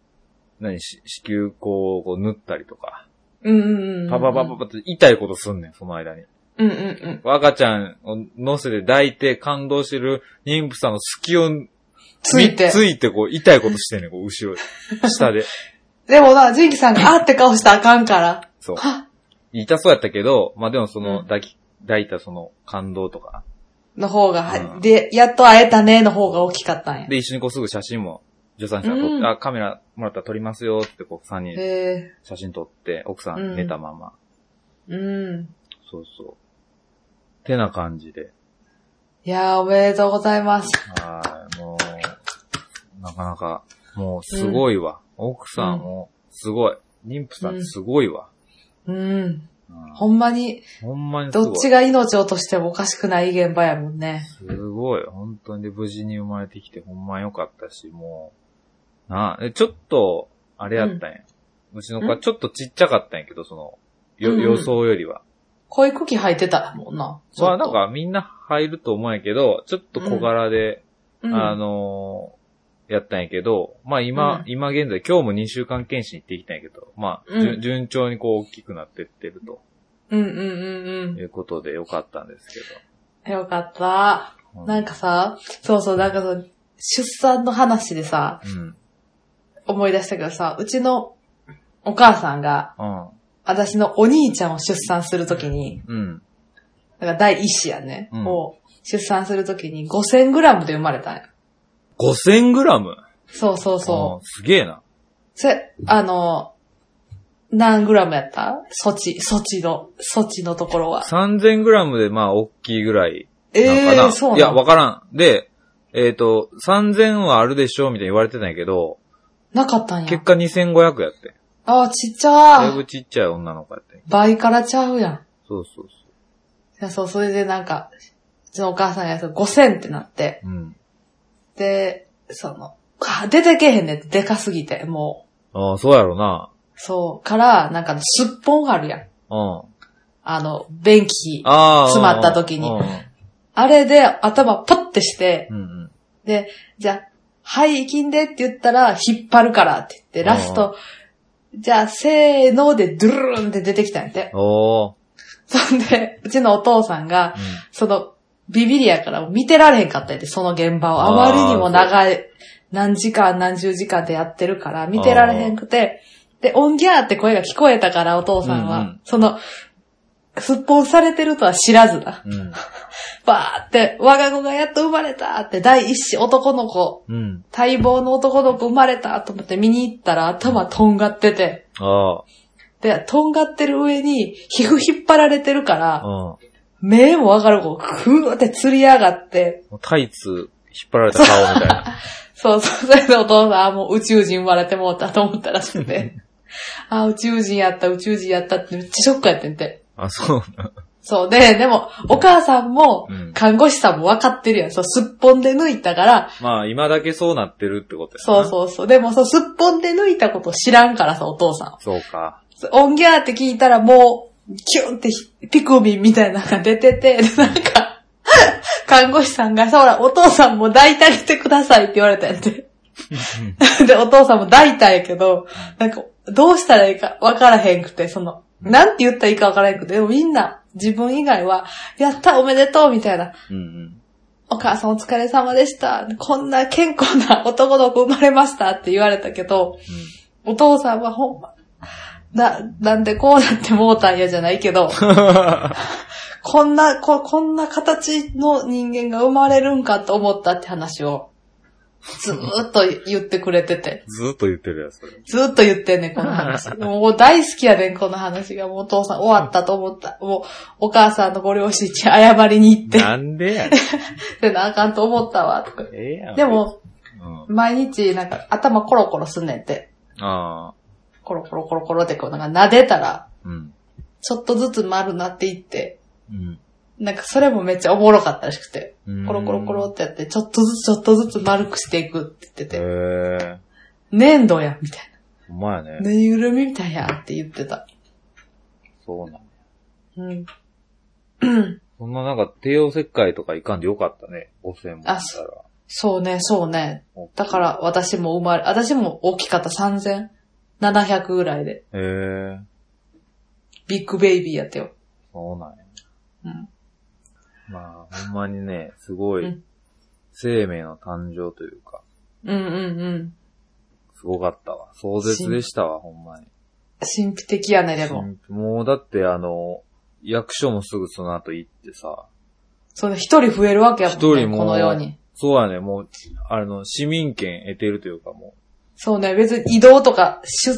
Speaker 1: う、何し子宮こう、こう縫ったりとか。
Speaker 2: うんうんうん。
Speaker 1: パパパパパって痛いことすんねん、その間に。
Speaker 2: うんうんうん。
Speaker 1: 赤ちゃんを乗せて抱いて感動してる妊婦さんの隙を
Speaker 2: ついて。
Speaker 1: ついてこう、痛いことしてんねん、こう、後ろで。
Speaker 2: [LAUGHS]
Speaker 1: 下で。
Speaker 2: でもな、ジンキさんが、あーって顔したらあかんから。
Speaker 1: そう。
Speaker 2: はっ
Speaker 1: 痛そうやったけど、まあでもその、
Speaker 2: うん
Speaker 1: 抱き、抱いたその感動とか、
Speaker 2: の方が、
Speaker 1: うん
Speaker 2: で、やっと会えたねの方が大きかったんや。
Speaker 1: で、一緒にこうすぐ写真も、助産師さんが撮って、
Speaker 2: うん
Speaker 1: あ、カメラもらったら撮りますよって、こう、三人
Speaker 2: へ
Speaker 1: 写真撮って、奥さ
Speaker 2: うんん
Speaker 1: 寝たまま。
Speaker 2: えうん。
Speaker 1: そうそう。てな感じで。
Speaker 2: いやー、おめでとうございます。
Speaker 1: はい、もう、なかなか、もうすごいわ。奥さんも、すごい。妊婦さんすごいわ。
Speaker 2: うん。
Speaker 1: うん
Speaker 2: ほんまに、
Speaker 1: ほんまにすごい。
Speaker 2: どっちが命を落としてもおかしくない現場やもんね。
Speaker 1: すごい。本当に無事に生まれてきてほんま良かったし、もう。なあ、えちょっと、あれやったんや。うちの子はちょっとちっちゃかったんやけど、その、よ
Speaker 2: うんうん
Speaker 1: 予想よりは。
Speaker 2: こういう茎入ってたもんな。ちょっ
Speaker 1: まあ
Speaker 2: と
Speaker 1: なん、かみんな入ると思うんやけど、ちょっと小柄で、
Speaker 2: うん、
Speaker 1: あのーやったんやけど、まあ今、
Speaker 2: うん
Speaker 1: 今現在、今日も2週間検診行ってきたんやけど、まあ、じゅ
Speaker 2: うん
Speaker 1: 順調にこう大きくなってってると
Speaker 2: うんうんうん
Speaker 1: いうことでよかったんですけ
Speaker 2: うん。よかった。
Speaker 1: ど。
Speaker 2: なんかさ、そうそう、なんかその、出産の話でさ、
Speaker 1: うん、うん。
Speaker 2: 思い出したけどさ、うちのお母さんが、
Speaker 1: うん。
Speaker 2: 私のお兄ちゃんを出産するときに、
Speaker 1: うん。
Speaker 2: だから第一子やね、
Speaker 1: うん
Speaker 2: を出産するときに5000グラムで生まれたんや。
Speaker 1: 5000グラム
Speaker 2: そうそうそう。
Speaker 1: うん。すげえな。
Speaker 2: それ、あの、何グラムやった措置、措置の、措置のところは。
Speaker 1: 3000グラムでまあ、大きいぐらい
Speaker 2: え
Speaker 1: なん
Speaker 2: え
Speaker 1: かな。
Speaker 2: ー、そう
Speaker 1: いや、
Speaker 2: な
Speaker 1: わ
Speaker 2: の
Speaker 1: からん。で、えっ、と、3000はあるでしょみたいに言われてたんやけど、
Speaker 2: なかったんや
Speaker 1: 結。果2500やって。
Speaker 2: ああ、ちっち
Speaker 1: だい
Speaker 2: ゃ
Speaker 1: ぶ
Speaker 2: ー。
Speaker 1: ちっちゃい女の子やって。
Speaker 2: 倍からちゃうやん。い
Speaker 1: そうそうそ
Speaker 2: や、そう、それでなんか、うちのお母さんがそう5000ってなって、
Speaker 1: う。うん。
Speaker 2: で、その、あ出てけへんねって、でかすぎて、もう。
Speaker 1: ああ、そうやろな。
Speaker 2: そう、から、なんか、すっぽんあるやん。
Speaker 1: うん。
Speaker 2: あの、便器。
Speaker 1: あ
Speaker 2: あ
Speaker 1: あ。
Speaker 2: 詰まった時に
Speaker 1: うん
Speaker 2: れで頭パッてして、
Speaker 1: うんうん。
Speaker 2: で、じゃあ、はい、行きんでって言ったら、引っ張るからって言って、ラスト、じゃあ、せーので、ドゥルーンって出てきたんやって。
Speaker 1: おー。
Speaker 2: そんで、うちのお父さんが
Speaker 1: う、ん
Speaker 2: その、ビビリやから見てられへんかったんやって、その現場を。あまりにも長い、何時間、何十時間でやってるから、見てられへんくて、で、オンギャーって声が聞こえたから、お父さんは、
Speaker 1: うんうん
Speaker 2: その、すっぽんされてるとは知らずだ。
Speaker 1: うん。
Speaker 2: バーって、我が子がやっと生まれたって、第一子男の子
Speaker 1: うん。
Speaker 2: 待望の男の子生まれたと思って見に行ったら頭とんがってて。
Speaker 1: あ
Speaker 2: で、とんがってる上に皮膚引っ張られてるか
Speaker 1: あ。うん。
Speaker 2: ら、
Speaker 1: も
Speaker 2: 目もわかる子、ふーって釣り上がって、
Speaker 1: うタイツ引っ張られた顔みたいな。
Speaker 2: [LAUGHS] そうそう、それでお父さん、あもう宇宙人生まれてもうたと思ったらし
Speaker 1: [LAUGHS]
Speaker 2: くて、あ、宇宙人やった、宇宙人やったってめっちゃショックやってんて。
Speaker 1: あ、そう。
Speaker 2: そうで、でも、お母さんも
Speaker 1: うん、
Speaker 2: 看護師さんもわかってるやん。そう、すっぽんで抜いたから、
Speaker 1: まあ、今だけそうなってるってこと
Speaker 2: そう
Speaker 1: う。
Speaker 2: そうそう。でも、そう、すっぽんで抜いたこと知らんからさ、お父さん。
Speaker 1: そうか。
Speaker 2: オンギャーって聞いたらもう、キュンってひピクミンみたいなのが出てて、でなんか、 [LAUGHS] 看護師さんが、そうら、お父さんも抱いてあげてくださいって言われたんやて。 [LAUGHS] で、お父さんも抱いたんやけど、なんか、どうしたらいいかわからへんくて、その、なんて言ったらいいかわからへんくて、でもみんな、自分以外は、やったおめでとうみたいな、
Speaker 1: うんうん。
Speaker 2: お母さんお疲れ様でした、こんな健康な男の子生まれましたって言われたけど、お父さんはほんま、な、なんでこうなってもうたんやじゃないけど、こんな、こ、こんな形の人間が生まれるんかと思ったって話を、ずーっと言ってくれてて。
Speaker 1: ずーっと言ってるやつ。それ
Speaker 2: ずーっと言ってんねん、この話。もう大好きやねん、この話が。もうお父さん終わったと思った。もう、お母さんのご両親に謝りに行って、
Speaker 1: なんで
Speaker 2: [LAUGHS]
Speaker 1: やねん。
Speaker 2: ってなあかんと思ったわ、とか。
Speaker 1: ええやん。
Speaker 2: でも、
Speaker 1: うん。
Speaker 2: 毎日なんか頭コロコロすんねんって。
Speaker 1: ああ。
Speaker 2: コロコロコロコロってこう、なんか撫でたら、
Speaker 1: うん。
Speaker 2: ちょっとずつ丸なっていって、
Speaker 1: うん
Speaker 2: なんかそれもめっちゃおもろかったらしくて、
Speaker 1: うん。
Speaker 2: コロコロコロってやって、ちょっとずつちょっとずつ丸くしていくって言って
Speaker 1: へ
Speaker 2: て、
Speaker 1: え。
Speaker 2: 粘土や、みたい
Speaker 1: ほんまやね。
Speaker 2: な。ぬいぐるみみたいや、って言ってた。
Speaker 1: そうなん。
Speaker 2: うん。
Speaker 1: そんななんか帝王切開とかいかんでよかったね。5000もしたら。
Speaker 2: あそそうね、そうね。
Speaker 1: 大きい
Speaker 2: だから私も生まれ、私も大きかった3700ぐらいで、
Speaker 1: へえ。
Speaker 2: ビッグベイビーやったよ。
Speaker 1: そうなんや。
Speaker 2: うん。
Speaker 1: まあ、ほんまにね、すご
Speaker 2: う
Speaker 1: い
Speaker 2: ん、
Speaker 1: 生命の誕生というか、
Speaker 2: うんうんうん。
Speaker 1: すごかったわ。壮絶でしたわ、ほんまに。
Speaker 2: 神秘的やね、でも。
Speaker 1: もうだってあの、役所もすぐその後行ってさ、
Speaker 2: その一人増えるわけやもんね。
Speaker 1: 一人も
Speaker 2: このように。
Speaker 1: そうだね、もう、あの、市民権得てるというかも
Speaker 2: そうね、別に移動とか、出、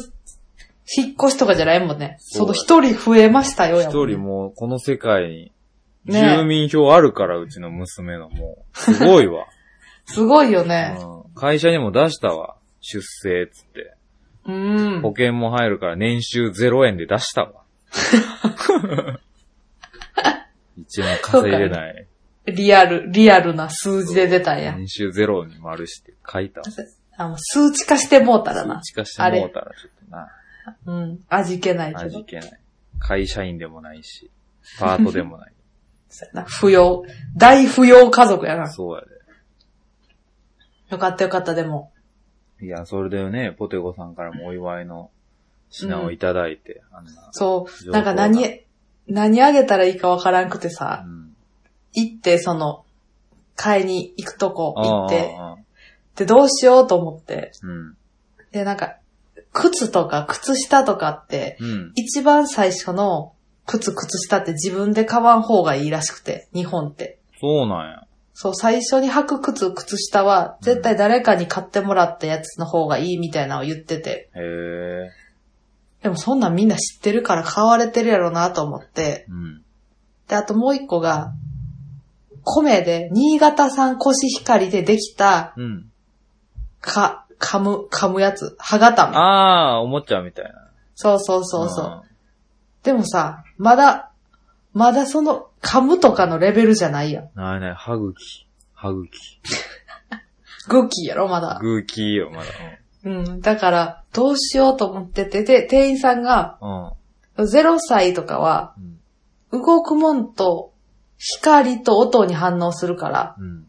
Speaker 2: 引っ越しとかじゃないもんね。
Speaker 1: そ
Speaker 2: そう
Speaker 1: だ
Speaker 2: の
Speaker 1: ね
Speaker 2: 一人増えました
Speaker 1: う、一
Speaker 2: よ、やもんね
Speaker 1: 人もう、この世界に、
Speaker 2: ね
Speaker 1: 住民票あるから、うちの娘の、もう、すごいわ、
Speaker 2: すごいよ [LAUGHS] ね。
Speaker 1: うん。会社にも出したわ、出生っつって。
Speaker 2: うん。
Speaker 1: 保険も入るから年収0円で出したわ。
Speaker 2: [LAUGHS]
Speaker 1: 一円も稼いでない。
Speaker 2: リアル、リアルな数字で出たんや。
Speaker 1: 年収0に丸して書いたわ。
Speaker 2: あの数値化してもうたらな。
Speaker 1: 数値化してもうたらちょっとな、
Speaker 2: うん。味気ないけ
Speaker 1: 味
Speaker 2: ど。
Speaker 1: 気ない。会社員でもないし、パートでも
Speaker 2: [LAUGHS]
Speaker 1: ない。
Speaker 2: そうやな扶養、大扶養家族やな。
Speaker 1: そうや
Speaker 2: よかったよかった、でも。
Speaker 1: で。いや、それでね、ポテゴさんからもお祝いの品をいただいて、あんな。
Speaker 2: そう。
Speaker 1: 情報
Speaker 2: なんか
Speaker 1: が
Speaker 2: 何、何あげたらいいかわからんくてさ
Speaker 1: う、ん。
Speaker 2: 行って、その、買いに行くとこ行って、
Speaker 1: ああああ
Speaker 2: で、どうしようと思って。
Speaker 1: うん。
Speaker 2: で、なんか、靴とか靴下とかって、
Speaker 1: うん。
Speaker 2: 一番最初の靴、靴下って自分で買わん方がいいらしくて、日本って。
Speaker 1: そうなんや。
Speaker 2: そう、最初に履く靴、靴下は、絶対誰かに買ってもらったやつの方がいいみたいなのを言ってて。
Speaker 1: へえ。
Speaker 2: でもそんなんみんな知ってるから買われてるやろなと思って。
Speaker 1: うん。
Speaker 2: で、あともう一個が、米で、新潟産コシヒカリでできた、
Speaker 1: うん。
Speaker 2: か、噛む、噛むやつ、歯固め。
Speaker 1: ああ、おもちゃみたいな。
Speaker 2: そうそうそうそう。でもさ、まだ、まだその、噛むとかのレベルじゃないやん。
Speaker 1: うん。ないない、歯茎。歯茎。
Speaker 2: グーキーやろ、まだ。
Speaker 1: グーキーよ、まだ。
Speaker 2: うん。だから、どうしようと思ってて、で、店員さんが、
Speaker 1: うん。
Speaker 2: 0歳とかは、
Speaker 1: うん。
Speaker 2: 動くもんと、光と音に反応するから、
Speaker 1: うん。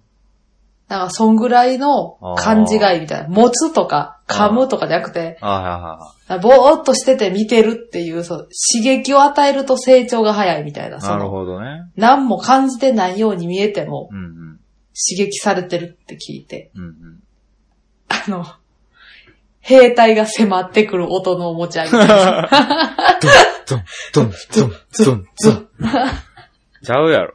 Speaker 2: なんか、そんぐらいの勘違いみたいな。持つとか、噛むとかじゃなくて、
Speaker 1: ああ、はいはいは
Speaker 2: ぼーっとしてて見てるっていう、そう、刺激を与えると成長が早いみたいな。
Speaker 1: い。
Speaker 2: そ
Speaker 1: なる
Speaker 2: の、
Speaker 1: ほどね。
Speaker 2: 何も感じてないように見えても、
Speaker 1: うんうん。
Speaker 2: 刺激されてるって聞いて。
Speaker 1: うんうん。
Speaker 2: あの、兵隊が迫ってくる音のおもちゃみたいな。
Speaker 1: ドン、ドン、ドン、ドン、ドン。ちゃうやろ。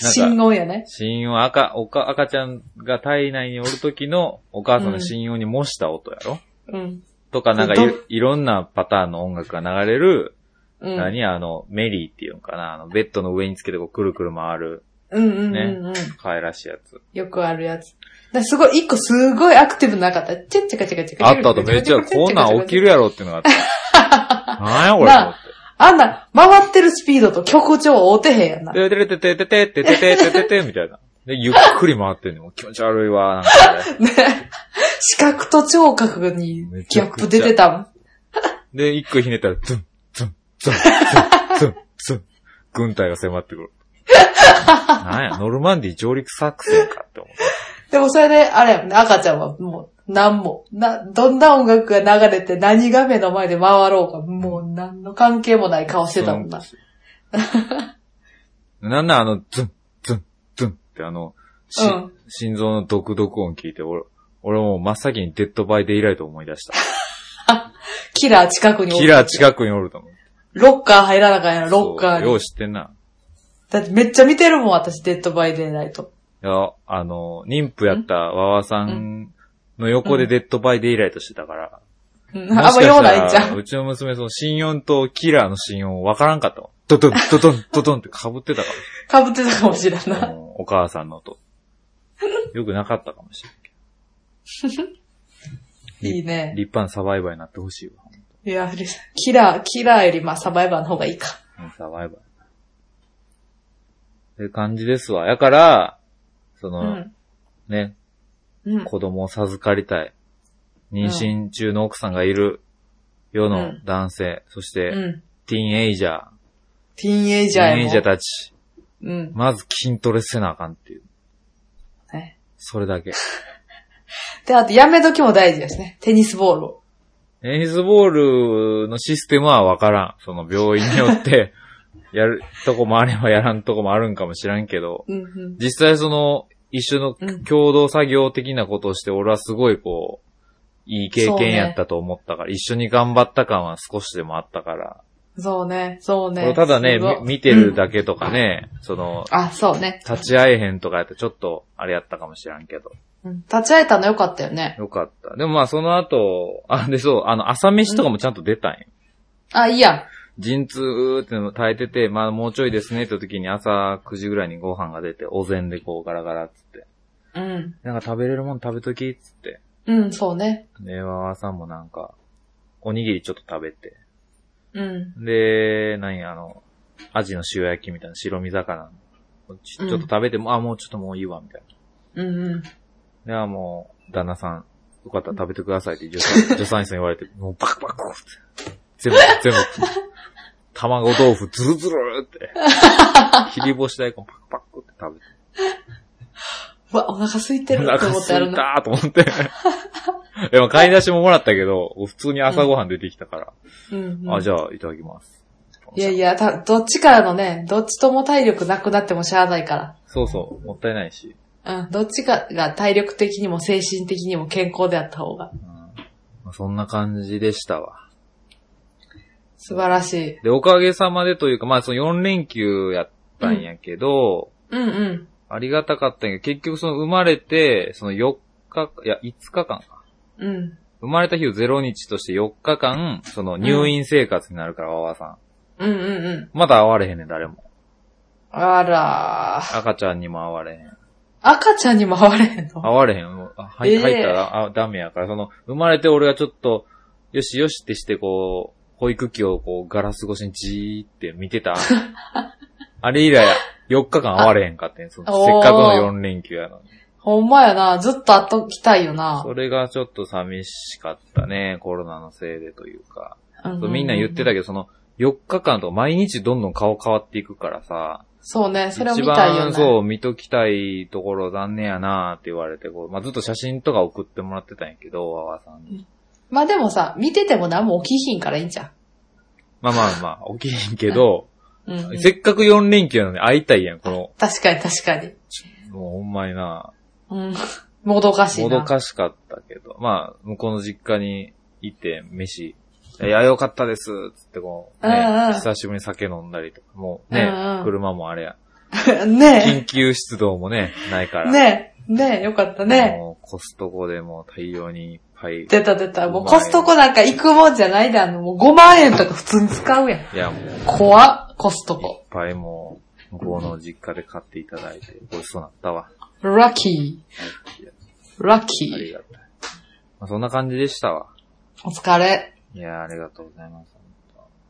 Speaker 1: なんか
Speaker 2: 信号やね。
Speaker 1: 心音、赤、おか、赤ちゃんが体内におる時のお母さんの心音に模した音やろ、
Speaker 2: うん。
Speaker 1: とか、なんかい
Speaker 2: ドン、
Speaker 1: いろんなパターンの音楽が流れる、
Speaker 2: うん。
Speaker 1: 何あの、メリーっていうのかなあの、ベッドの上につけてこう、くるくる回る、
Speaker 2: うんうんうんうん。
Speaker 1: 可愛らしいやつ。
Speaker 2: よくあるやつ。だすごい、一個すごいアクティブな方。チェッチャカチャカチャカ
Speaker 1: あったあった、めっちゃ、こんなん起きるやろっていうのがあった。なんやこれと思って。
Speaker 2: あんな、回ってるスピードと曲調合うてへんやんな。
Speaker 1: ててててててててててててみたいな。で、ゆっくり回ってんの。気持ち悪いわ、なんか、ね。
Speaker 2: ね。視覚と聴覚に
Speaker 1: めち
Speaker 2: ギ
Speaker 1: ゃ
Speaker 2: ャッ
Speaker 1: くちゃ
Speaker 2: プ出てたもん。
Speaker 1: で、一個ひねったら、ツン、ツン、ツン、ツン、ツン、ツン。軍隊が迫ってくる。なんや、ノルマンディ上陸作戦かって思っ
Speaker 2: でもそれで、あれやもんね、赤ちゃんはもう、何も、な、どんな音楽が流れて何画面の前で回ろうが、もう何の関係もない顔してたもんな。
Speaker 1: た。なんなんあの、ツン、ツン、ツンってあの、し
Speaker 2: うん
Speaker 1: 心臓のドクドク音聞いて、俺、俺もう真っ先にデッドバイデイライト思い出した。
Speaker 2: キラー近くにおる
Speaker 1: キラー近くにおると思う。
Speaker 2: ロッカー入らなあかんやろ、ロッ
Speaker 1: そ
Speaker 2: カ
Speaker 1: う
Speaker 2: ー
Speaker 1: よ
Speaker 2: に
Speaker 1: う。知ってんな。
Speaker 2: だってめっちゃ見てるもん、私、デッドバイデイライト。
Speaker 1: いや、あの、妊婦やったわわさんの横でデッドバイデイライトしてたから。
Speaker 2: うん、 [LAUGHS] あんま用ないんじゃん。
Speaker 1: うちの娘、その、心音とキラーの心音分からんかったもん。ドドン、ドドン、ドドンって被ってたか
Speaker 2: かぶってたかもしれん [LAUGHS]
Speaker 1: ら。
Speaker 2: な
Speaker 1: う。んお母さんの音。よくなかったかもしれんけど。
Speaker 2: いいね
Speaker 1: 立派なサバイバーになってほしいわ。
Speaker 2: いや、キラー、キラーより、まあ、サバイバーの方がいいか。
Speaker 1: うんサバイバー。って感じですわ。やから、そうの、
Speaker 2: ん。
Speaker 1: ね、
Speaker 2: うん。
Speaker 1: 子供を授かりたい。妊娠中の奥さんがいる世の男性、そして、
Speaker 2: うん。
Speaker 1: ティーンエイジャー、
Speaker 2: ティーンエイジ
Speaker 1: テ
Speaker 2: ャー
Speaker 1: ィーン
Speaker 2: やもん
Speaker 1: エイジャーたち、
Speaker 2: うん。
Speaker 1: まず筋トレせなあかんっていう。
Speaker 2: ね
Speaker 1: それだけ。
Speaker 2: で、あと、やめときも大事ですね。テニスボールを。
Speaker 1: テニスボールのシステムはわからん。その病院によっ
Speaker 2: [LAUGHS]
Speaker 1: て、やるとこもあればやらんとこもあるんかもしらんけど、
Speaker 2: うん、うん。
Speaker 1: 実際その、一緒の
Speaker 2: うん
Speaker 1: 共同作業的なことをして、俺はすごいこう、いい経験やったと思ったから、一緒に頑張った感は少しでもあったから、
Speaker 2: そうね、そう
Speaker 1: これ
Speaker 2: ね。
Speaker 1: ただね、
Speaker 2: すごい
Speaker 1: み見てるだけとかね、その、
Speaker 2: あ、そうね。
Speaker 1: 立ち会えへんとかやったらちょっと、あれやったかもしらんけど。
Speaker 2: うん立ち会えたのよかったよね。
Speaker 1: よかった。でもまあその後、あ、でそう、あの、朝飯とかもちゃんと出たんよ。
Speaker 2: あ、いいや。
Speaker 1: 陣痛っての耐えてて、まあもうちょいですねって時に朝9時ぐらいにご飯が出て、お膳でこうガラガラっつって。
Speaker 2: うん。
Speaker 1: なんか食べれるもん食べときっつって。
Speaker 2: うん、そうね。
Speaker 1: で、わわさんもなんか、おにぎりちょっと食べて。
Speaker 2: うん。
Speaker 1: で、何や、あの、アジの塩焼きみたいな白身魚のちち
Speaker 2: う
Speaker 1: ょ
Speaker 2: ん
Speaker 1: っと食べて、もあ、もうちょっともういいわ、みたい
Speaker 2: うんうん。
Speaker 1: な。で、あ、もう、旦那さん、よかったら食べてくださいって助
Speaker 2: [LAUGHS]
Speaker 1: 産助産師さん言われて、もうバクバクって。全部、全部。卵豆腐、ズルズルっ
Speaker 2: [LAUGHS]
Speaker 1: て。切り干し大根パクパクって食べて。
Speaker 2: うわ、お腹空いてる
Speaker 1: お
Speaker 2: って
Speaker 1: 腹
Speaker 2: 思って
Speaker 1: 空
Speaker 2: やる
Speaker 1: い
Speaker 2: の。
Speaker 1: たーと思って。 [LAUGHS] でも買い出しももらったけど、普通に朝ごはん出てきたから、
Speaker 2: うん、うん。
Speaker 1: あ、じゃあいただきます。
Speaker 2: いやいや、た、どっちからのね、どっちとも体力なくなってもしゃあないか
Speaker 1: そうそう、もったいないし。
Speaker 2: ら。うん、どっちかが体力的にも精神的にも健康であった方が。
Speaker 1: うんまあそんな感じでしたわ。
Speaker 2: 素晴らしい。
Speaker 1: で、おかげさまでというか、まあその4連休やったんやけど、
Speaker 2: うんうん。
Speaker 1: ありがたかったんやけど、結局その生まれて、その4日、いや、5日間か。
Speaker 2: うん。
Speaker 1: 生まれた日を0日として4日間、その入院生活になるから、わわさ
Speaker 2: うんうんうん。
Speaker 1: ん。まだ会われへんねん、誰も。
Speaker 2: あらー。
Speaker 1: 赤ちゃんにも会われへん。
Speaker 2: 赤ちゃんにも会われへんの
Speaker 1: 会われへん。もうあ入
Speaker 2: ええ
Speaker 1: 入ったら、あ、ダメやから、その、生まれて俺がちょっと、よしよしってして、こう、保育器をこう、ガラス越しにじーって見て
Speaker 2: [LAUGHS]
Speaker 1: た。あれ以来、4日間会われへんかってんその
Speaker 2: おー
Speaker 1: せっかくの4連休やのに。
Speaker 2: ほんまやな、ずっと会っときたいよな。
Speaker 1: それがちょっと寂しかったね、コロナのせいでというか。
Speaker 2: うんうん
Speaker 1: そううみんな言ってたけど、その、4日間とか毎日どんどん顔変わっていくからさ、
Speaker 2: そうね、それを
Speaker 1: 一
Speaker 2: 見たいよ
Speaker 1: 番
Speaker 2: ね。
Speaker 1: そう見ときたいところ残念やなって言われて、こう、まあ、ずっと写真とか送ってもらってたんやけど、わわさんに。
Speaker 2: まあでもさ、見てても何も起きひんからいいんじゃん。
Speaker 1: まあまあまあ、起きへんけど、
Speaker 2: うんうん、
Speaker 1: せっかく4連休なのに会いたいやん、この、
Speaker 2: 確かに確かに。
Speaker 1: もうほんまにな、 [LAUGHS]
Speaker 2: うん。もどかしい
Speaker 1: も
Speaker 2: な。
Speaker 1: どかしかったけど、まあ、向こうの実家に行って、飯、いや、よかったです、つってこう、
Speaker 2: うんうん
Speaker 1: ね、久しぶりに酒飲んだりとか、もうね
Speaker 2: うんうん、
Speaker 1: 車もあれや、緊
Speaker 2: [LAUGHS] ね
Speaker 1: 急出動もね、ないか
Speaker 2: え。
Speaker 1: ら、
Speaker 2: ねえ。ねえ、よかったね。
Speaker 1: もうコストコでもう大量にいっぱい、
Speaker 2: 出た出た。もう
Speaker 1: うまい
Speaker 2: コストコなんか行くもんじゃないで、あの、もう5万円とか普通に使うやん。
Speaker 1: いや、もういっ
Speaker 2: 怖っ、コストコ。
Speaker 1: ぱいもう、向こうの実家で買っていただいて、ごちそうになったわ。
Speaker 2: ラッキー。ラッキ
Speaker 1: あり
Speaker 2: ー。
Speaker 1: がたい。まあ、そんな感じでしたわ。
Speaker 2: お疲れ。
Speaker 1: いやーありがとうございます。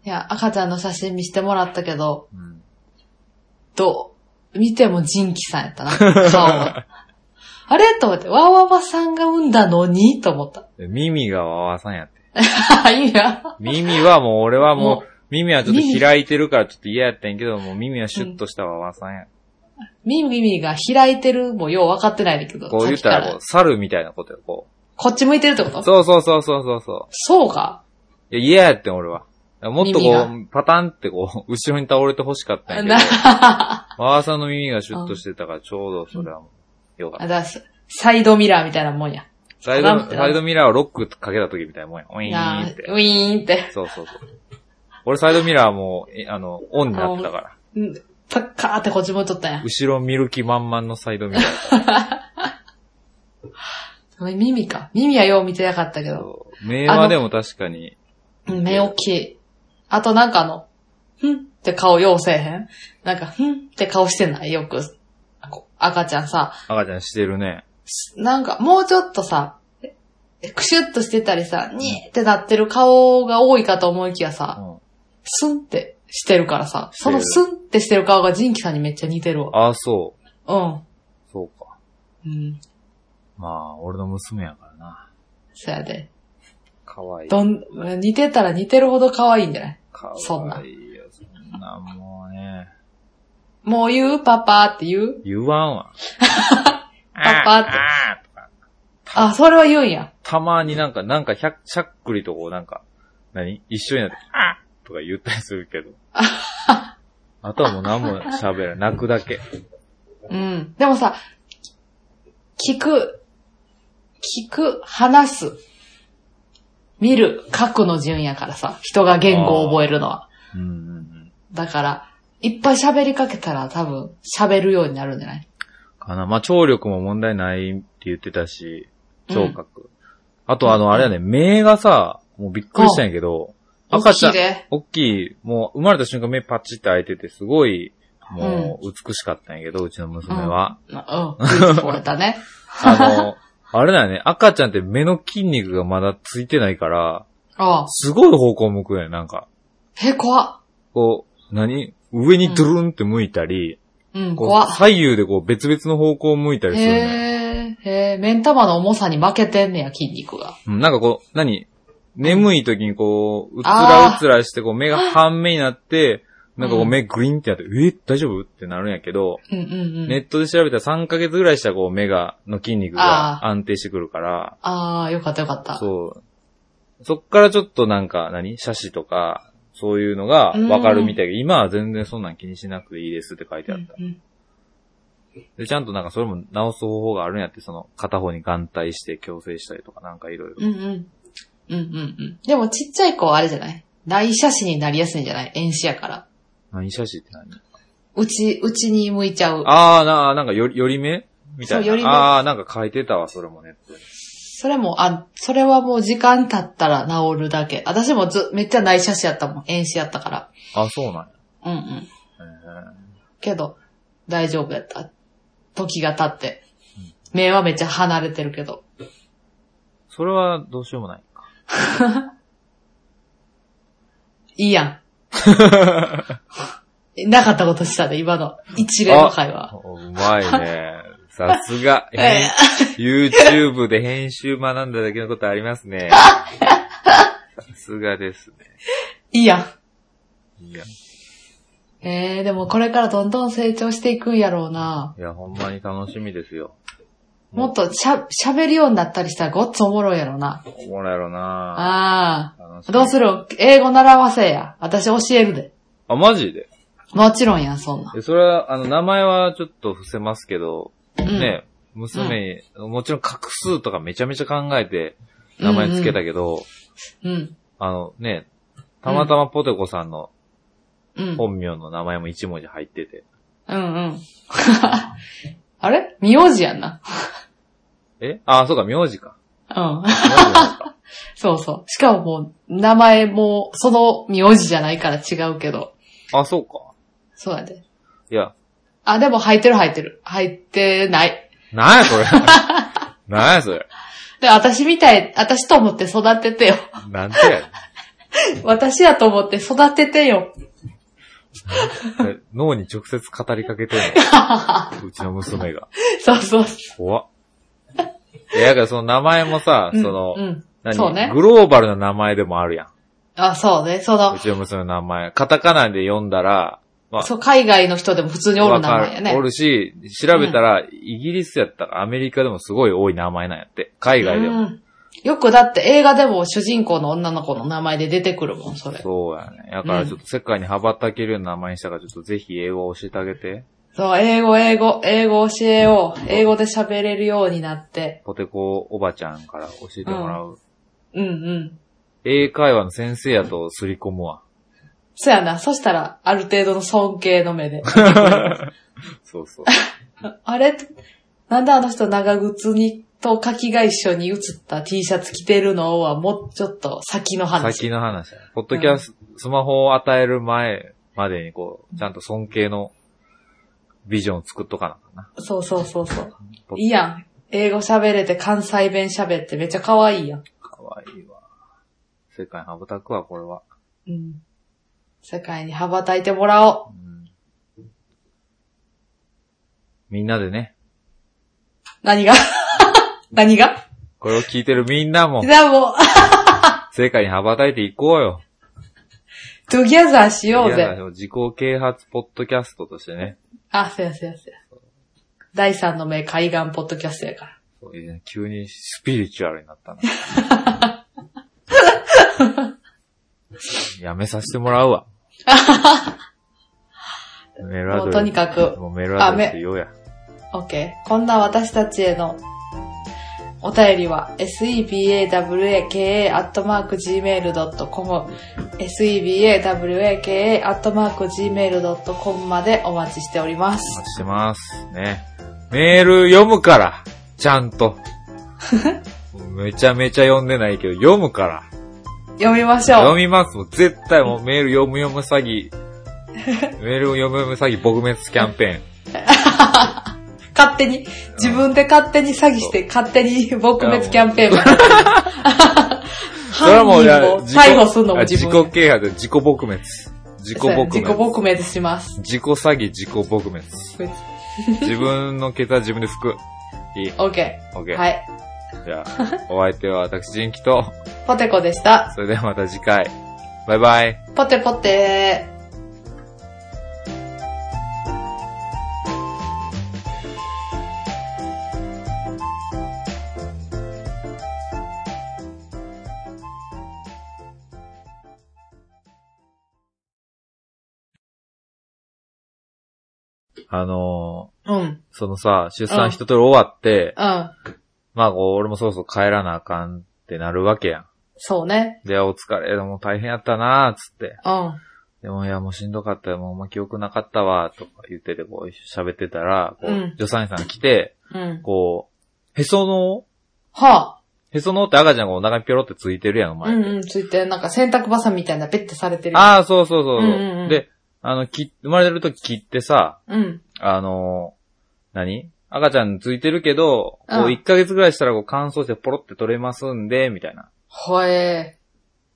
Speaker 2: いや、赤ちゃんの写真見してもらったけど、
Speaker 1: うん。
Speaker 2: どう見てもジンキさんや
Speaker 1: [LAUGHS]
Speaker 2: ったな、顔が。あれと思って、わわわさんが産んだのにと思った。
Speaker 1: 耳がわわさんやって。
Speaker 2: あ、 [LAUGHS] いいや。
Speaker 1: 耳はもう俺はも
Speaker 2: も
Speaker 1: う、耳はちょっと開いてるからちょっと嫌やったんやけど、もう耳はシュッとしたわわさんや。
Speaker 2: ミミミが開いてるもよう分かってないんだけど。
Speaker 1: こう言ったらこう、猿みたいなことよ、こ
Speaker 2: こっち向いてるってこ
Speaker 1: う。
Speaker 2: と
Speaker 1: そうそうそうそうそうそ
Speaker 2: そうか。
Speaker 1: う。いや、嫌やってん俺は。もっとこ
Speaker 2: 耳
Speaker 1: う、パタンってこう、 [LAUGHS] 後ろに倒れて欲しかったんや
Speaker 2: な
Speaker 1: けど、わわさんの耳がシュッとしてたからちょうどそれはもう、よかっ
Speaker 2: あ
Speaker 1: た。
Speaker 2: だしサイドミラーみたいなもんや。
Speaker 1: サイド、サイドミラーをロックかけた時みたいなもんや。ウィー
Speaker 2: な
Speaker 1: ン
Speaker 2: あ
Speaker 1: って。
Speaker 2: ウィーンって。
Speaker 1: そうそうそう。俺サイドミラーも、えあの、オンになってたから。
Speaker 2: うんパッカーってこっち向いとったんや。
Speaker 1: 後ろ見る気満々のサイドミラーやったか
Speaker 2: 耳か。耳はよう見てなかったけ
Speaker 1: ら。
Speaker 2: ど。
Speaker 1: そう目はでも確かに。
Speaker 2: うん目大きい。あとなんかあの、ふんって顔ようせえへんなんか、ふんって顔してないよく。こ赤ちゃんさ。
Speaker 1: 赤ちゃんしてるね。
Speaker 2: なんかもうちょっとさ、えクシュッとしてたりさ、にーってなってる顔が多いかと思いきや
Speaker 1: う
Speaker 2: さ、
Speaker 1: ん、
Speaker 2: スンってしてるからさ、
Speaker 1: して
Speaker 2: そ
Speaker 1: る
Speaker 2: のスンってしてる顔がジンキさんにめっちゃ似てるわ。
Speaker 1: ああ、そう。
Speaker 2: うん。
Speaker 1: そうか。
Speaker 2: うん。
Speaker 1: まあ、俺の娘やからな。
Speaker 2: そやで。
Speaker 1: かわいい。
Speaker 2: どん、似てたら似てるほど可愛いんじゃない
Speaker 1: かわいいよ。
Speaker 2: そ
Speaker 1: そ
Speaker 2: ん
Speaker 1: ん
Speaker 2: な
Speaker 1: な、もうね。
Speaker 2: もう言うパパって言う
Speaker 1: 言わんわ。
Speaker 2: [LAUGHS] パパって
Speaker 1: あーとか
Speaker 2: あ、それは言うんや。
Speaker 1: たまになんか、なんか、ひゃしゃっくりとこう、なんか、何一緒になって、あーとか言ったりする
Speaker 2: [LAUGHS]
Speaker 1: けど。あとはもう何も喋らない。泣くだけ。
Speaker 2: うん。でもさ、聞く、聞く、話す、見る、書くの順やからさ、人が言語を覚えるのは。
Speaker 1: うんうんうん。
Speaker 2: だから、いっぱい喋りかけたら多分喋るようになるんじゃない
Speaker 1: かな。まあ、聴力も問題ないって言ってたし、聴覚。あと、あの、あれやね、目がさ、もうびっくりしたんやけど、赤ちゃん
Speaker 2: 大きい、で
Speaker 1: 大きい、もう生まれた瞬間目パチって開いてて、すごい、もう美しかったんやけど、うちの娘は。
Speaker 2: なうん。beautiful だった
Speaker 1: [LAUGHS]
Speaker 2: ね。
Speaker 1: あの、あれだよね、赤ちゃんって目の筋肉がまだついてないから、
Speaker 2: ああ。
Speaker 1: すごい方向向くよね、なんか。
Speaker 2: え、怖っ。
Speaker 1: こう、何上にドゥルンって向いたり、
Speaker 2: うん、
Speaker 1: こう
Speaker 2: 怖っ。
Speaker 1: 左右でこう別々の方向を向いたり
Speaker 2: へ
Speaker 1: するね。
Speaker 2: え、へえ、目ん玉の重さに負けてんねや、筋肉が。
Speaker 1: うんなんかこう、何眠い時にこう、うつらうつらして、こう目が半目になって、なんかこう目グインってなって、え大丈夫ってなるんやけど、
Speaker 2: うんうんうん。
Speaker 1: ネットで調べたら3ヶ月ぐらいしたらこう目が、の筋肉が
Speaker 2: あ
Speaker 1: 安定してくるから、
Speaker 2: ああ、よかったよかった。
Speaker 1: そう。そっからちょっとなんか何、写真とか、そういうのがわかるみたいで、今は全然そんなん気にしなくていいですって書いてあった。
Speaker 2: うんうん
Speaker 1: で、ちゃんとなんかそれも直す方法があるんやって、その片方に眼帯して矯正したりとかなんかいろいろ。
Speaker 2: うんうん。うんうんうん。でもちっちゃい子はあれじゃない内斜視になりやすいんじゃない遠視やから。
Speaker 1: 何写真って何
Speaker 2: うち、うちに向いちゃう。
Speaker 1: あーな、なんかより、より目みたい
Speaker 2: そうより
Speaker 1: な。
Speaker 2: 目
Speaker 1: あーなんか書いてたわ、それもネットに。
Speaker 2: それも、あ、それはもう時間経ったら治るだけ。私もず、めっちゃ内斜視やったもん。遠視やったから。
Speaker 1: あ、そうなんや。
Speaker 2: うんうん。
Speaker 1: え
Speaker 2: けど、大丈夫やった。時が経って。目はめっちゃ離れてるけど。
Speaker 1: ーそれはどうしようもないか。
Speaker 2: いいやん。なかったことしたで、今の。一連の会話。
Speaker 1: お [LAUGHS] うまいね。さす [LAUGHS] が。
Speaker 2: え
Speaker 1: 編 YouTube で編集学んだだけのことあります
Speaker 2: [LAUGHS]
Speaker 1: ね。さすがですね。
Speaker 2: いいやん。
Speaker 1: いや、
Speaker 2: えー、でもこれからどんどん成長していくんやろうな。
Speaker 1: いやほんまに楽しみですよ。
Speaker 2: もっとしゃ、喋るようになったりしたらごっつおもろいやろうな。
Speaker 1: おもろいやろな
Speaker 2: あ
Speaker 1: 楽し
Speaker 2: あ。
Speaker 1: み
Speaker 2: どうする英語習わせや。私教えるで。
Speaker 1: あ、マジで
Speaker 2: もちろんやん、そんなん。
Speaker 1: えそれは、あの、名前はちょっと伏せますけど、
Speaker 2: うん
Speaker 1: ね、娘に、もちろん画数とかめちゃめちゃ考えて名前つけたけど、
Speaker 2: うん。
Speaker 1: あのね、たまたまポテコさんの
Speaker 2: うん。
Speaker 1: 本名の名前も一文字入ってて、
Speaker 2: うんうん。 [LAUGHS] あれ名字やんな。
Speaker 1: えあ、そうか、名字か。
Speaker 2: うん。
Speaker 1: 名字なんですか
Speaker 2: そうそう。しかももう、名前も、その名字じゃないから違うけど。
Speaker 1: あ、そうか。
Speaker 2: そうやで。
Speaker 1: いや、
Speaker 2: あ、でも入ってる入ってる。入ってない。
Speaker 1: なんやそ
Speaker 2: [LAUGHS]
Speaker 1: れ。なんやそれ。
Speaker 2: で、私みたい、私と思って育ててよ。
Speaker 1: なんてや
Speaker 2: 私やと思って育てて [LAUGHS] よ。
Speaker 1: ねん。脳に直接語りかけてるの。うちの娘が。
Speaker 2: そうそう。
Speaker 1: 怖っ。いや、だからその名前もさ、その、
Speaker 2: うんうん。
Speaker 1: 何
Speaker 2: そうね
Speaker 1: グローバルな名前でもあるやん。
Speaker 2: あ、そうね。そうの、
Speaker 1: ちの娘の名前。カタカナで読んだら、まあ、
Speaker 2: そう、海外の人でも普通におる名
Speaker 1: わか
Speaker 2: 前やね。
Speaker 1: おるし、調べたら、イギリスやったらアメリカでもすごい多い名前なんやって。海外で
Speaker 2: う
Speaker 1: も。
Speaker 2: んよくだって映画でも主人公の女の子の名前で出てくるもん、それ。
Speaker 1: そうやね。だからちょっと世界に羽ばたけるような名前にしたから、ちょっとぜひ英語を教えてあげて。
Speaker 2: そう、英語、英語、英語教えよう。英語で喋れるようになって。
Speaker 1: ポテコおばちゃんから教えてもらう。
Speaker 2: うんうん。
Speaker 1: 英会話の先生やとすり込むわ。
Speaker 2: そやな。そしたら、ある程度の尊敬の目 [LAUGHS] で。
Speaker 1: そう
Speaker 2: [LAUGHS]
Speaker 1: そう。
Speaker 2: あれなんであの人長靴に、と柿が一緒に写った T シャツ着てるのはもうちょっと先の話。
Speaker 1: 先の話や。ポッドキャスト、スマホを与える前までにこう、ちゃんと尊敬のビジョンを作っとかなあかんな。
Speaker 2: そうそうそうそう。
Speaker 1: ポッ
Speaker 2: いいやん。英語喋れて関西弁喋ってめっちゃ可愛いやん。
Speaker 1: かわいいわ。世界に羽ばたくわ、これは。
Speaker 2: うん。世界に羽ばたいてもらおう。
Speaker 1: うんみんなでね、
Speaker 2: 何が [LAUGHS] 何が
Speaker 1: これを聞いてるみんなも
Speaker 2: [LAUGHS] じ、ゃあもう、
Speaker 1: 世界に羽ばたいていこうよ。
Speaker 2: トゥギャザーしよう
Speaker 1: いや
Speaker 2: ぜ。
Speaker 1: 自己啓発ポッドキャストとしてね、
Speaker 2: あ、そうやそうやそうや。第三の目海岸ポッドキャストやから。
Speaker 1: そういうね急にスピリチュアルになったな。やめさせてもらう
Speaker 2: [LAUGHS]
Speaker 1: わ。メールアドレス。
Speaker 2: もうとにかく
Speaker 1: もうメールアドレス言おうや。
Speaker 2: オッケー。こんな私たちへのお便りは sebawaka.gmail.com sebawaka.gmail.com までお待ちしておりま
Speaker 1: お
Speaker 2: す。
Speaker 1: 待ちしてます。ね。メール読むから、ちゃん
Speaker 2: [LAUGHS]
Speaker 1: と。めちゃめちゃ読んでないけど、読むから。
Speaker 2: 読みましょ
Speaker 1: 読
Speaker 2: う。
Speaker 1: みますもん。絶対もうメール読む読む詐欺。メール読む読む詐欺撲滅キャンペーン。
Speaker 2: [LAUGHS] 勝手に、 [LAUGHS] 自分で勝手に詐欺して、勝手に撲滅キャンペーンを。
Speaker 1: それは
Speaker 2: 犯
Speaker 1: もう、いや
Speaker 2: 人を逮捕するのも
Speaker 1: あ
Speaker 2: 自
Speaker 1: 自
Speaker 2: 分
Speaker 1: 己啓発、自己撲滅。自己撲滅。
Speaker 2: 自己撲滅します。
Speaker 1: 自己詐欺、自己撲
Speaker 2: [LAUGHS]
Speaker 1: 滅。自分の桁自分で拭く。いい。
Speaker 2: OK。
Speaker 1: OK。
Speaker 2: はい。
Speaker 1: じゃあ、お相手は私、ジンキと、
Speaker 2: ポテコでした。
Speaker 1: それではまた次回。バイバイ。
Speaker 2: ポテポテー。
Speaker 1: あの
Speaker 2: うん。うん。
Speaker 1: ー、そのさ、出
Speaker 2: うん
Speaker 1: 産一通り終わって、
Speaker 2: うん。
Speaker 1: まあ、こう俺もそろそろ帰らなあかんってなるわけや
Speaker 2: そうね。
Speaker 1: ん。で、お疲れ、もう大変やったなあ、つって。
Speaker 2: うん。
Speaker 1: でも、いや、もうしんどかったよ、もうあんま記憶なかったわ、とか言ってて、こう、喋ってたら、こう
Speaker 2: うん
Speaker 1: 助産師さんが来て、
Speaker 2: うん。
Speaker 1: こう、へその、
Speaker 2: は
Speaker 1: へその緒って赤ちゃんがお腹にピョロってついてるやん、お
Speaker 2: あ。う
Speaker 1: 前。
Speaker 2: んうん。ついて、なんか洗濯バサミみたいなペッてされてる。
Speaker 1: ああ、そうそうそうそう、
Speaker 2: うんうんうん
Speaker 1: で、あの、き、生まれてる時切ってさ、
Speaker 2: うん。
Speaker 1: あの、何赤ちゃんついてるけど、こう
Speaker 2: うん
Speaker 1: 1ヶ月ぐらいしたらこう乾燥してポロって取れますんで、みたいな。
Speaker 2: ほえ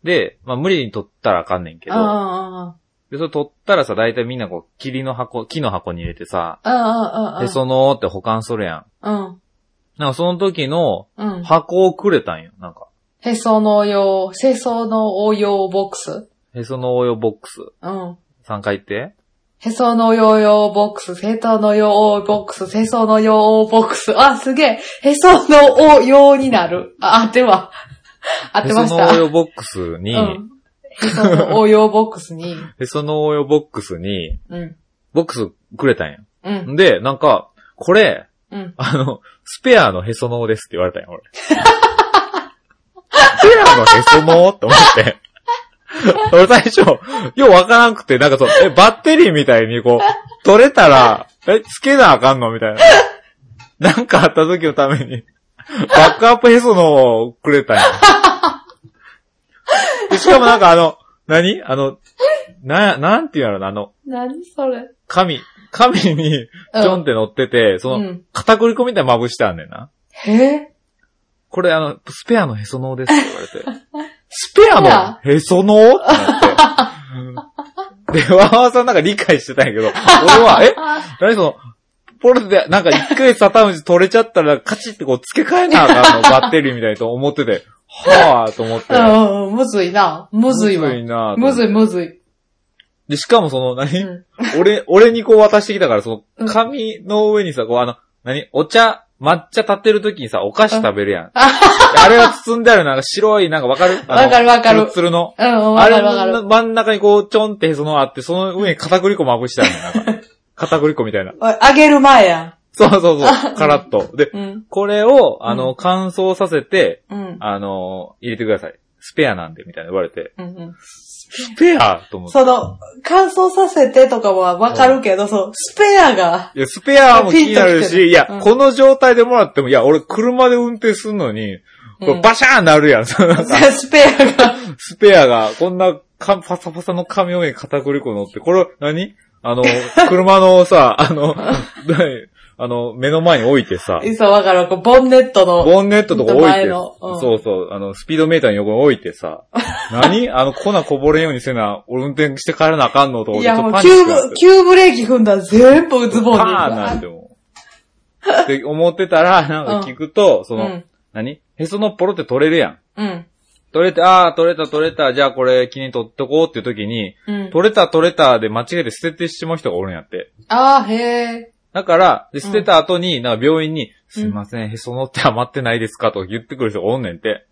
Speaker 1: で、まあ無理に取ったらあかんねんけ
Speaker 2: ー。うんう
Speaker 1: ど、
Speaker 2: んうん。
Speaker 1: で、それ取ったらさ、大体みんなこう、霧の箱、木の箱に入れてさ、
Speaker 2: うんうんうん。
Speaker 1: へその緒って保管するやん。
Speaker 2: うん。
Speaker 1: なんかその時の
Speaker 2: うん。
Speaker 1: 箱をくれたんよ、なんか。
Speaker 2: へその用、清掃の応用ボックス。
Speaker 1: へその応用ボックス。
Speaker 2: うん。
Speaker 1: 3回言って。
Speaker 2: へその用用ボックス、へその用ボックス、へその用ボックス。あ、すげえ。へその用になる。あ、合っては。合ってまし
Speaker 1: へその応
Speaker 2: た。
Speaker 1: 用ボックスに、
Speaker 2: うん。へその応用ボックスに。
Speaker 1: へその応用ボックスに、
Speaker 2: うん。
Speaker 1: ボックスくれたんよ。
Speaker 2: うん。
Speaker 1: で、なんか、これ、
Speaker 2: うん。
Speaker 1: [LAUGHS] あの、スペアのへその緒ですって言われたんよ、俺。スペアのへその緒って思って。俺最初、ようわからんくて、なんかそう、え、バッテリーみたいにこう、取れたら、え、つけなあかんのみたいな。なんかあった時のために、バックアップへその緒をくれたんよ。でしかもなんかあの、何あの、な、なんていうんやろな、あの、
Speaker 2: 何それ。
Speaker 1: 紙、紙に、ちょんって乗ってて、その、
Speaker 2: うん。
Speaker 1: 片栗粉みたいにまぶしてあんねんな。
Speaker 2: へ
Speaker 1: これあの、スペアのへその緒ですって言われ
Speaker 2: [LAUGHS]
Speaker 1: て。スペアのへその緒ってなって。で、わーわーさんなんか理解してたんやけど、俺は、え何その、ポロで、なんか一ヶ月たたむうち取れちゃったら、カチってこう付け替えなあかんの、バッテリーみたいにと思ってて、はぁーと思って。
Speaker 2: うん、むずいな。 [LAUGHS] むずいわ
Speaker 1: む。ずいなぁと思
Speaker 2: む
Speaker 1: って
Speaker 2: ずいむずい。
Speaker 1: で、しかもその、何、
Speaker 2: うん
Speaker 1: 俺、俺にこう渡してきたから、そうの、
Speaker 2: ん
Speaker 1: 紙の上にさ、こうあの、何お茶、抹茶立てるときにさ、お菓子食べるやん。
Speaker 2: あ
Speaker 1: あれが包んであるなんか白い、なんかわかるあの
Speaker 2: わかるわかる
Speaker 1: ツルツルの。
Speaker 2: うん、わ
Speaker 1: あ
Speaker 2: か
Speaker 1: れ
Speaker 2: るわかる
Speaker 1: の。真ん中にこう、ちょんってへそのあって、その上に片栗粉まぶしてあるのよなん
Speaker 2: [LAUGHS]
Speaker 1: か。片栗粉みたいな。
Speaker 2: おいあげる前や
Speaker 1: そうそうそう、カラッと。で、
Speaker 2: ん。うん。
Speaker 1: これを、あ
Speaker 2: う
Speaker 1: の、乾燥させて、
Speaker 2: うん。
Speaker 1: あの、入れてください。スペアなんで、みたいな言われて。
Speaker 2: うんうん
Speaker 1: スペアと思って。
Speaker 2: その、乾燥させてとかはわかるけど、そう、スペアが、
Speaker 1: いや、スペアも気になる
Speaker 2: ピンときてる
Speaker 1: し、いや、
Speaker 2: うん
Speaker 1: この状態でもらっても、いや、俺車で運転するのに、こ
Speaker 2: う
Speaker 1: れ
Speaker 2: ん
Speaker 1: バシャーンなる
Speaker 2: [LAUGHS]
Speaker 1: やん。そのなんか
Speaker 2: スペアが、
Speaker 1: スペアが、こんなか、パサパサの紙の上に片栗粉乗って、これ、何あの、車の
Speaker 2: [LAUGHS]
Speaker 1: さ、あの、何あの、目の前に置いてさ、
Speaker 2: そう、わかる。こうボンネットの、
Speaker 1: ボンネットとか置い
Speaker 2: 前
Speaker 1: て、
Speaker 2: のうん
Speaker 1: そうそう、あの、スピードメーターの横に置いて
Speaker 2: [LAUGHS]
Speaker 1: さ、何あの、粉こぼれんようにせな、俺運転して帰らなあかんのと思っ
Speaker 2: い
Speaker 1: て、
Speaker 2: や、
Speaker 1: ちょっ
Speaker 2: も
Speaker 1: とパ
Speaker 2: う、
Speaker 1: ニッ
Speaker 2: 急
Speaker 1: クになって
Speaker 2: ブ、急ブレーキ踏んだら全部ズボンに。
Speaker 1: パーンなんてもう。って思ってたら、なんか聞くと、その、
Speaker 2: うん
Speaker 1: 何へそのポロって取れるやん。
Speaker 2: うん。
Speaker 1: 取れて、ああ、取れた取れた、じゃあこれ記念取っとこうっていう時に、
Speaker 2: うん。
Speaker 1: 取れた取れたで間違えて捨ててしまう人がおるんやって。
Speaker 2: あー、へー。
Speaker 1: だから、で捨てた後に、なんか病院に、
Speaker 2: うん
Speaker 1: すいません、へそのって余ってないですかとか言ってくる人がおんねんて。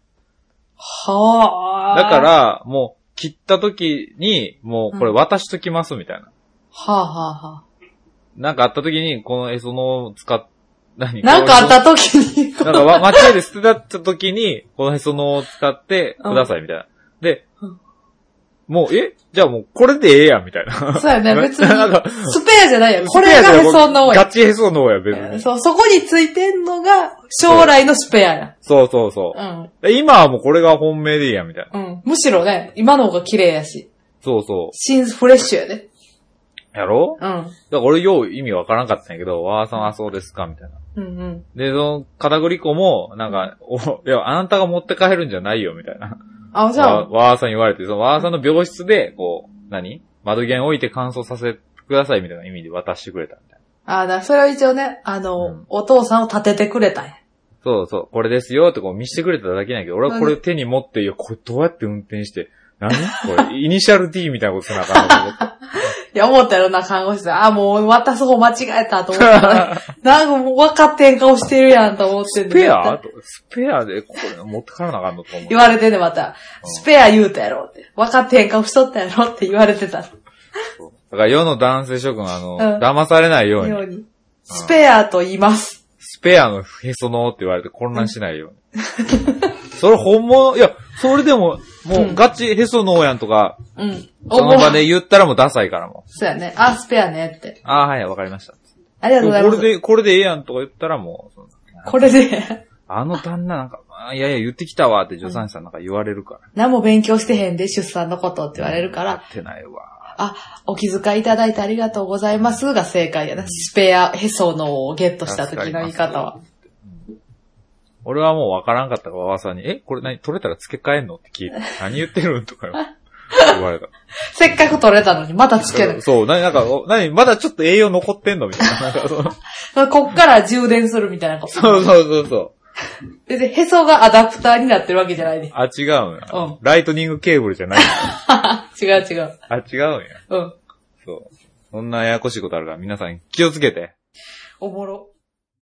Speaker 2: はあ。
Speaker 1: だか
Speaker 2: は
Speaker 1: ら、もう、切った時に、もうこれ渡しときますみたいな。
Speaker 2: あはあはあ。
Speaker 1: なんかあった時に、このへそのを使っ、何
Speaker 2: なんかあった時に、
Speaker 1: [LAUGHS] なんかわ、間違えて捨てた時に、このへその緒を使ってくださいみたいな。で
Speaker 2: うん、
Speaker 1: もう、えじゃあもうこれでええやんみたいな。
Speaker 2: そうやね、別に。
Speaker 1: なんか、
Speaker 2: スペアじゃないよ。 [LAUGHS] これがへその方
Speaker 1: ガ
Speaker 2: や。
Speaker 1: チへその方や、別に。
Speaker 2: そう、そこについてんのが、将来のスペアや。
Speaker 1: そうそうそうう。
Speaker 2: ん。
Speaker 1: で今はもうこれが本命でいいやんみたいな。
Speaker 2: うん。むしろね、今の方が綺麗やし。
Speaker 1: そうそ
Speaker 2: シンフレッシュやで。
Speaker 1: う。やろ
Speaker 2: うん。
Speaker 1: だから俺よう意味わからんかったんやけど、わーさんはそうですかみたいな。
Speaker 2: うんうん。
Speaker 1: で、その、片栗粉も、なんか、お、いや、あなたが持って帰るんじゃないよ、みたいな。
Speaker 2: あ、じゃ
Speaker 1: わ
Speaker 2: あ、
Speaker 1: わーさんに言われて、そのわーさんの病室で、こう、何窓弦置いて乾燥させてください、みたいな意味で渡してくれたみたいな。
Speaker 2: あ、だからそれは一応ね、あの、
Speaker 1: うん
Speaker 2: お父さんを立ててくれたんや。
Speaker 1: そうそう、これですよ、ってこう見せてくれただけなんやけど、俺はこれ手に持って、いや、これどうやって運転して、何これ、イニシャル D みたいなことせなあかんのかと思って
Speaker 2: いや、思ったよな、看護師さん。あ、もう渡す方間違えたと思った [LAUGHS] ら、なんかもう分かってん顔してるやんと思って
Speaker 1: ス
Speaker 2: ん [LAUGHS] で
Speaker 1: ペアとスペアでこれ持って帰らなあかんのと思って
Speaker 2: 言。われてんね、また。スペア言うたやろって。分かってへん顔しとったやろって言われてた。
Speaker 1: だから世の男性諸君、あの、
Speaker 2: うん
Speaker 1: 騙されないよう
Speaker 2: よう
Speaker 1: に、
Speaker 2: に。スペアと言います。
Speaker 1: スペアのへその緒って言われて混乱しないように。それ本物、いや、それでも、もうガチへその緒やんとか、
Speaker 2: うん。
Speaker 1: その場で言ったらもうダサいからもう。
Speaker 2: そうやね。あ、スペアねって。
Speaker 1: ああ、はい、わかりました。
Speaker 2: ありがとう
Speaker 1: こ
Speaker 2: ございます。
Speaker 1: れで、これでええやんとか言ったらもう、その
Speaker 2: これで、
Speaker 1: あの旦那なんか、あいやいや言ってきたわって助産師さんなんか言われるから。
Speaker 2: 何も勉強してへんで、出産のことって言われるか
Speaker 1: や
Speaker 2: ら、
Speaker 1: ってないわ。
Speaker 2: あ、お気遣いいただいてありがとうございますが正解やな。スペア、へそのをゲットした時の言い方は。
Speaker 1: 俺はもうわからんかったから、わわさんに、え、これ何、取れたら付け替えんのって聞い
Speaker 2: [LAUGHS]
Speaker 1: て、何言ってるんとか言われた。
Speaker 2: せっかく取れたのに、またつける。
Speaker 1: そう、なに、なんか、おなに、まだちょっと栄養残ってんのみたいな。なんかその
Speaker 2: こっから充電するみたいなこと。
Speaker 1: そうそうそうそう。
Speaker 2: で、でへそがアダプターになってるわけじゃないで。
Speaker 1: あ、違うんや。
Speaker 2: うん
Speaker 1: ライトニングケーブルじゃないんや。
Speaker 2: [LAUGHS] 違う違う。
Speaker 1: あ、違うんや。
Speaker 2: うん。
Speaker 1: そう。そんなややこしいことあるから、皆さん気をつけて。
Speaker 2: おもろ。